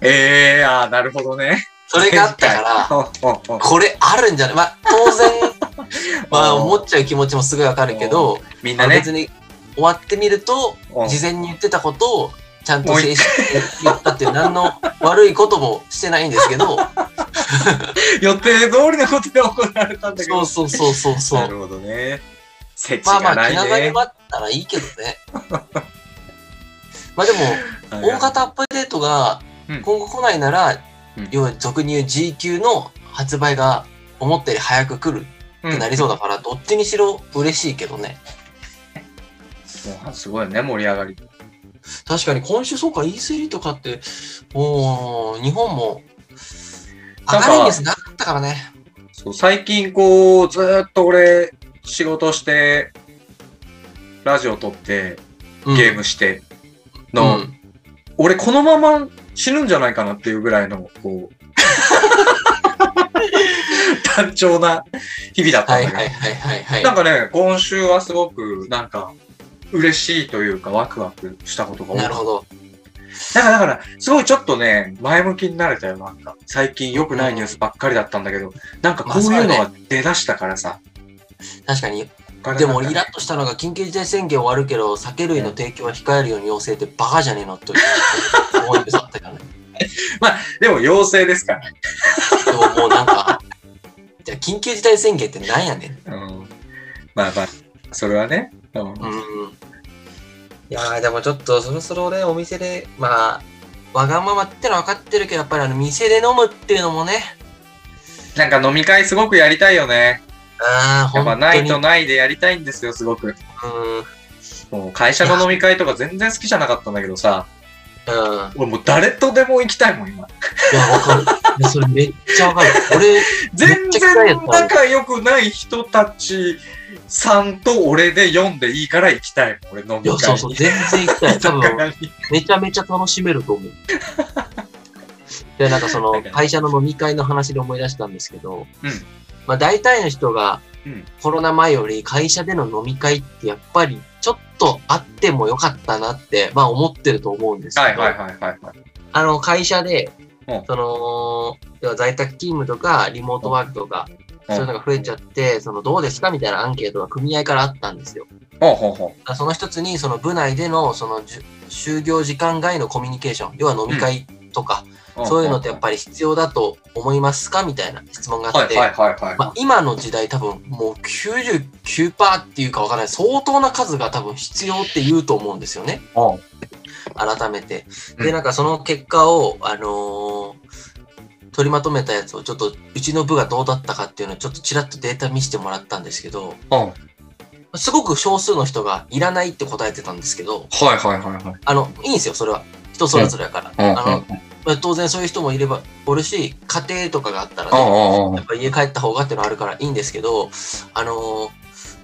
Speaker 1: ええー、ああ、なるほどね。
Speaker 2: それがあったから、
Speaker 1: ら
Speaker 2: これあるんじゃないまあ、当然、まあ、
Speaker 1: うん
Speaker 2: 思っちゃう気持ちもすごいわかるけど、
Speaker 1: みんな
Speaker 2: まあ
Speaker 1: ね、
Speaker 2: 別に終わってみると、
Speaker 1: うん
Speaker 2: 事前に言ってたことを、ちゃんと正式に言ったっていう、何の悪いこともしてないんです けど、
Speaker 1: 予定通りのことで行われたんだけ
Speaker 2: そ
Speaker 1: ど。
Speaker 2: うそうそうそうそ
Speaker 1: な
Speaker 2: う。
Speaker 1: るほどね。せち
Speaker 2: まあ
Speaker 1: が
Speaker 2: まあ、
Speaker 1: ない
Speaker 2: 気
Speaker 1: ね。
Speaker 2: 長に待ったらいいけ どね。まあでも、大型アップデートが
Speaker 1: うん
Speaker 2: 今後来ないなら、
Speaker 1: うん
Speaker 2: 要は俗に言う G 級の発売が思ったより早く来るってなりそうだから、どっちにしろ嬉しいけどね。
Speaker 1: うんすごいね、盛り上がり。
Speaker 2: 確かに今週そうか E3 とかって、もう日本も
Speaker 1: なんか
Speaker 2: 明るいニュースなかったからね。
Speaker 1: そう最近こう、ずーっと俺、仕事して、ラジオ撮って、
Speaker 2: うん
Speaker 1: ゲームしての、
Speaker 2: うん
Speaker 1: 俺このまま死ぬんじゃないかなっていうぐらいの、こ う、単調な日々だった
Speaker 2: は
Speaker 1: ん
Speaker 2: い
Speaker 1: だけど、
Speaker 2: はいはいはいはい。
Speaker 1: なんかね、今週はすごく、なんか、嬉しいというか、ワクワクしたことが多い。
Speaker 2: な
Speaker 1: なん
Speaker 2: る
Speaker 1: か、
Speaker 2: ほど。
Speaker 1: だから、すごいちょっとね、前向きになれたよ、なんか。最近良くないニュースばっかりだったんだけど、なんかこういうのが出だしたからさ。
Speaker 2: 確かに。
Speaker 1: 他
Speaker 2: で
Speaker 1: の
Speaker 2: も
Speaker 1: なんか
Speaker 2: 俺イラッとしたのが緊急事態宣言終わるけど、酒類の提供は控えるように要請ってバカじゃねえ のという思い出だったからね。
Speaker 1: でも、陽性ですから。
Speaker 2: でももうなんか、じゃあ緊急事態宣言ってなんやねん。
Speaker 1: うん。まあまあ、それはね。うん
Speaker 2: うん。いやーでもちょっとそろそろね、お店で、まあ、わがままってのは分かってるけど、やっぱりあの店で飲むっていうのもね、
Speaker 1: なんか飲み会すごくやりたいよね。
Speaker 2: ああ、
Speaker 1: や
Speaker 2: ほ
Speaker 1: っぱ
Speaker 2: ん
Speaker 1: な
Speaker 2: と
Speaker 1: い
Speaker 2: に。
Speaker 1: とないでやりたいんですよ、すごく。
Speaker 2: うん。うん。
Speaker 1: もう会社の飲み会とか全然好きじゃなかったんだけどさ、
Speaker 2: い
Speaker 1: 俺もう誰とでも行きたいもん、今。
Speaker 2: や、わかる。いや、それめっちゃわかる。俺、
Speaker 1: 全然仲良くない人たちさんと俺で読んでいいから行きたいもん、俺飲
Speaker 2: い
Speaker 1: み
Speaker 2: や、そう
Speaker 1: 会
Speaker 2: そう、
Speaker 1: に。
Speaker 2: 全然行きたい。多分、
Speaker 1: なんか
Speaker 2: めちゃめちゃ楽しめると 思う。で、なんかそ
Speaker 1: な
Speaker 2: の
Speaker 1: んか
Speaker 2: 会社の飲み会の話で思い出したんですけど、
Speaker 1: うん
Speaker 2: まあ大体の人が
Speaker 1: うん
Speaker 2: コロナ前より会社での飲み会ってやっぱりちょっとあってもよかったなって、まあ思ってると思うんです
Speaker 1: は
Speaker 2: け
Speaker 1: い
Speaker 2: ど、
Speaker 1: はいはいはいはい。
Speaker 2: あの会社で
Speaker 1: うん、
Speaker 2: その、要は在宅勤務とかリモートワークとか、
Speaker 1: うん
Speaker 2: そういうのが増えちゃって、そのどうですかみたいなアンケートが組合からあったんですよ。
Speaker 1: ほうほうほ
Speaker 2: だからその一つに、その部内での、そのじゅ就業時間外のコミュニケーション、要は飲み会とか、
Speaker 1: う。
Speaker 2: そういうのってやっ
Speaker 1: ぱ
Speaker 2: ぱり必要だと思いますかみたいな質問があ
Speaker 1: は
Speaker 2: っ
Speaker 1: い
Speaker 2: て、
Speaker 1: はいはいはい。
Speaker 2: まあ、今の時代多分もう99%っていうかわからない、相当な数が多分必要って言うと思うんですよね。
Speaker 1: うん
Speaker 2: 改めて。
Speaker 1: う
Speaker 2: で、
Speaker 1: ん
Speaker 2: なんかその結果を、あのー取りまとめたやつをちょっとうちの部がどうだったかっていうのをちょっとちらっとデータ見せてもらったんですけど
Speaker 1: うんはい
Speaker 2: すごく少数の人がいらないって答えてたんですけど
Speaker 1: はいはいはい。
Speaker 2: あのいいんですよそれは人それぞれだから、
Speaker 1: うん
Speaker 2: あのまあ当然そういう人もいればおるし家庭とかがあったらね、
Speaker 1: うんうんうん
Speaker 2: やっぱ家帰った方がっていうのあるからいいんですけど、あのー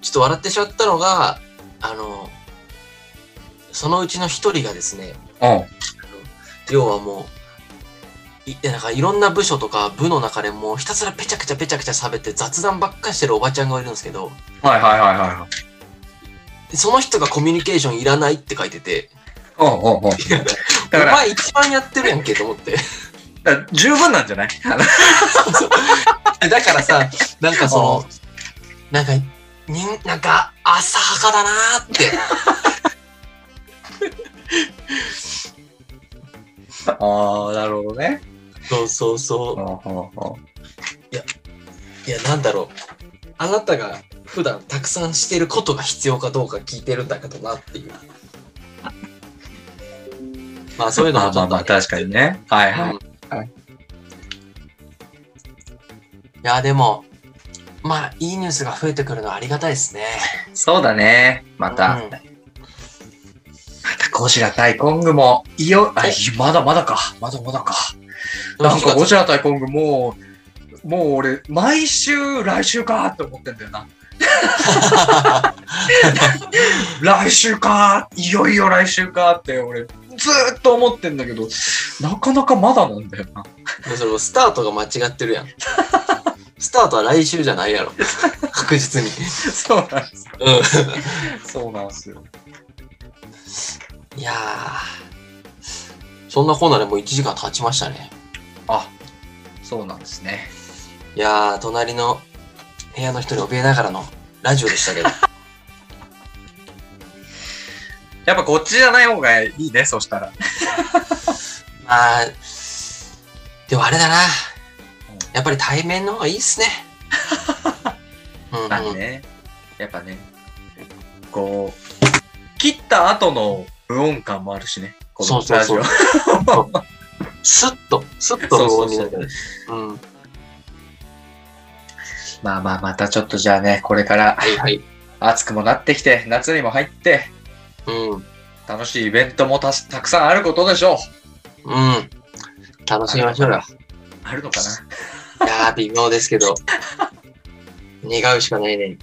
Speaker 2: ちょっと笑ってしまったのが、あのーそのうちの一人がですね、
Speaker 1: うん
Speaker 2: 要はもう、いなんかいろんな部署とか部の中でもうひたすらペチャクチャペチャクチャ喋って雑談ばっかりしてるおばちゃんがいるんですけど、
Speaker 1: はいはいはいはい。
Speaker 2: その人がコミュニケーションいらないって書いてて、
Speaker 1: うんうんうん
Speaker 2: いや
Speaker 1: だか
Speaker 2: お
Speaker 1: ら、
Speaker 2: 前一番やってるやんけと思って。
Speaker 1: だから十分なんじゃない
Speaker 2: だから さ、なんかその、なんか、にんなんか、浅はかだなーって。
Speaker 1: ああ、なるほどね。
Speaker 2: そうそうそうう。
Speaker 1: んうんうん
Speaker 2: いや、なんだろう。あなたが普段たくさんしてることが必要かどうか聞いてるんだけどなっていう。 まあ、そういうの
Speaker 1: ま
Speaker 2: も
Speaker 1: あ
Speaker 2: ち
Speaker 1: ま
Speaker 2: ょ
Speaker 1: あ
Speaker 2: っと
Speaker 1: まあ、確かにね。はいはい。
Speaker 2: うん
Speaker 1: はい
Speaker 2: いや、でも、まあ、いいニュースが増えてくるのはありがたいですね。
Speaker 1: そうだね。また、
Speaker 2: うん
Speaker 1: またゴジラ対コングも、いよ、あ、いまだまだか。まだまだか。なんかゴジラ対コングもう、もう俺、毎週来週かって思ってんだよな。 来週かいよいよ来週かって俺、ずーっと思ってんだけど、なかなかまだなんだよな。
Speaker 2: でもそれもスタートが間違ってる やん。スタートは来週じゃないやろ。確実に。
Speaker 1: そうなんです。
Speaker 2: う
Speaker 1: そうなんですよ。
Speaker 2: ん。いやー。そんなコーナーでもう1時間経ちましたね。
Speaker 1: あ、そうなんですね。
Speaker 2: いやー、隣の部屋の人に怯えながらのラジオでした けど。
Speaker 1: やっぱこっちじゃない方がいいね、そしたら。
Speaker 2: まあ、でもあれだな。やっぱり対面の方がいいっす ね。
Speaker 1: まあ
Speaker 2: うん、うん。
Speaker 1: ね、やっぱね、こう、切った後の無音感もあるしね、この
Speaker 2: そうそうそう
Speaker 1: ラジ
Speaker 2: スッと、スッと無音になる。うん。
Speaker 1: オまあまあ、またちょっとじゃあね、これから
Speaker 2: はいはい。
Speaker 1: 暑くもなってきて、夏にも入って、
Speaker 2: うん。うん。
Speaker 1: 楽しいイベントもたすたくさんあることでしょう。
Speaker 2: 楽しみましょうよ。
Speaker 1: あるのか
Speaker 2: いやー、微妙です けど。願うしかないね。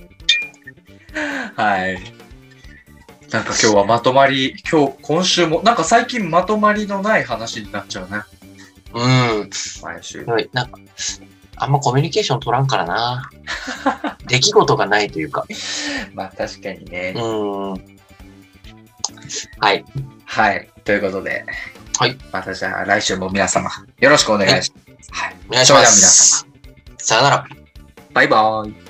Speaker 1: なはい。なんか今日はまとまり、今日、今週も、なんか最近まとまりのない話になっちゃうね。
Speaker 2: うん。
Speaker 1: 毎週。
Speaker 2: はいなんか、あんまコミュニケーション取らんか らな。出来事がないというか。
Speaker 1: まあ確かに
Speaker 2: う
Speaker 1: ね。
Speaker 2: ん。はい。
Speaker 1: はい。ということで。
Speaker 2: はい。
Speaker 1: またじゃあ来週も皆様、よろしくお願いします。はい。
Speaker 2: お願いしま
Speaker 1: それでは皆
Speaker 2: す。さよなら。
Speaker 1: バイバーイ。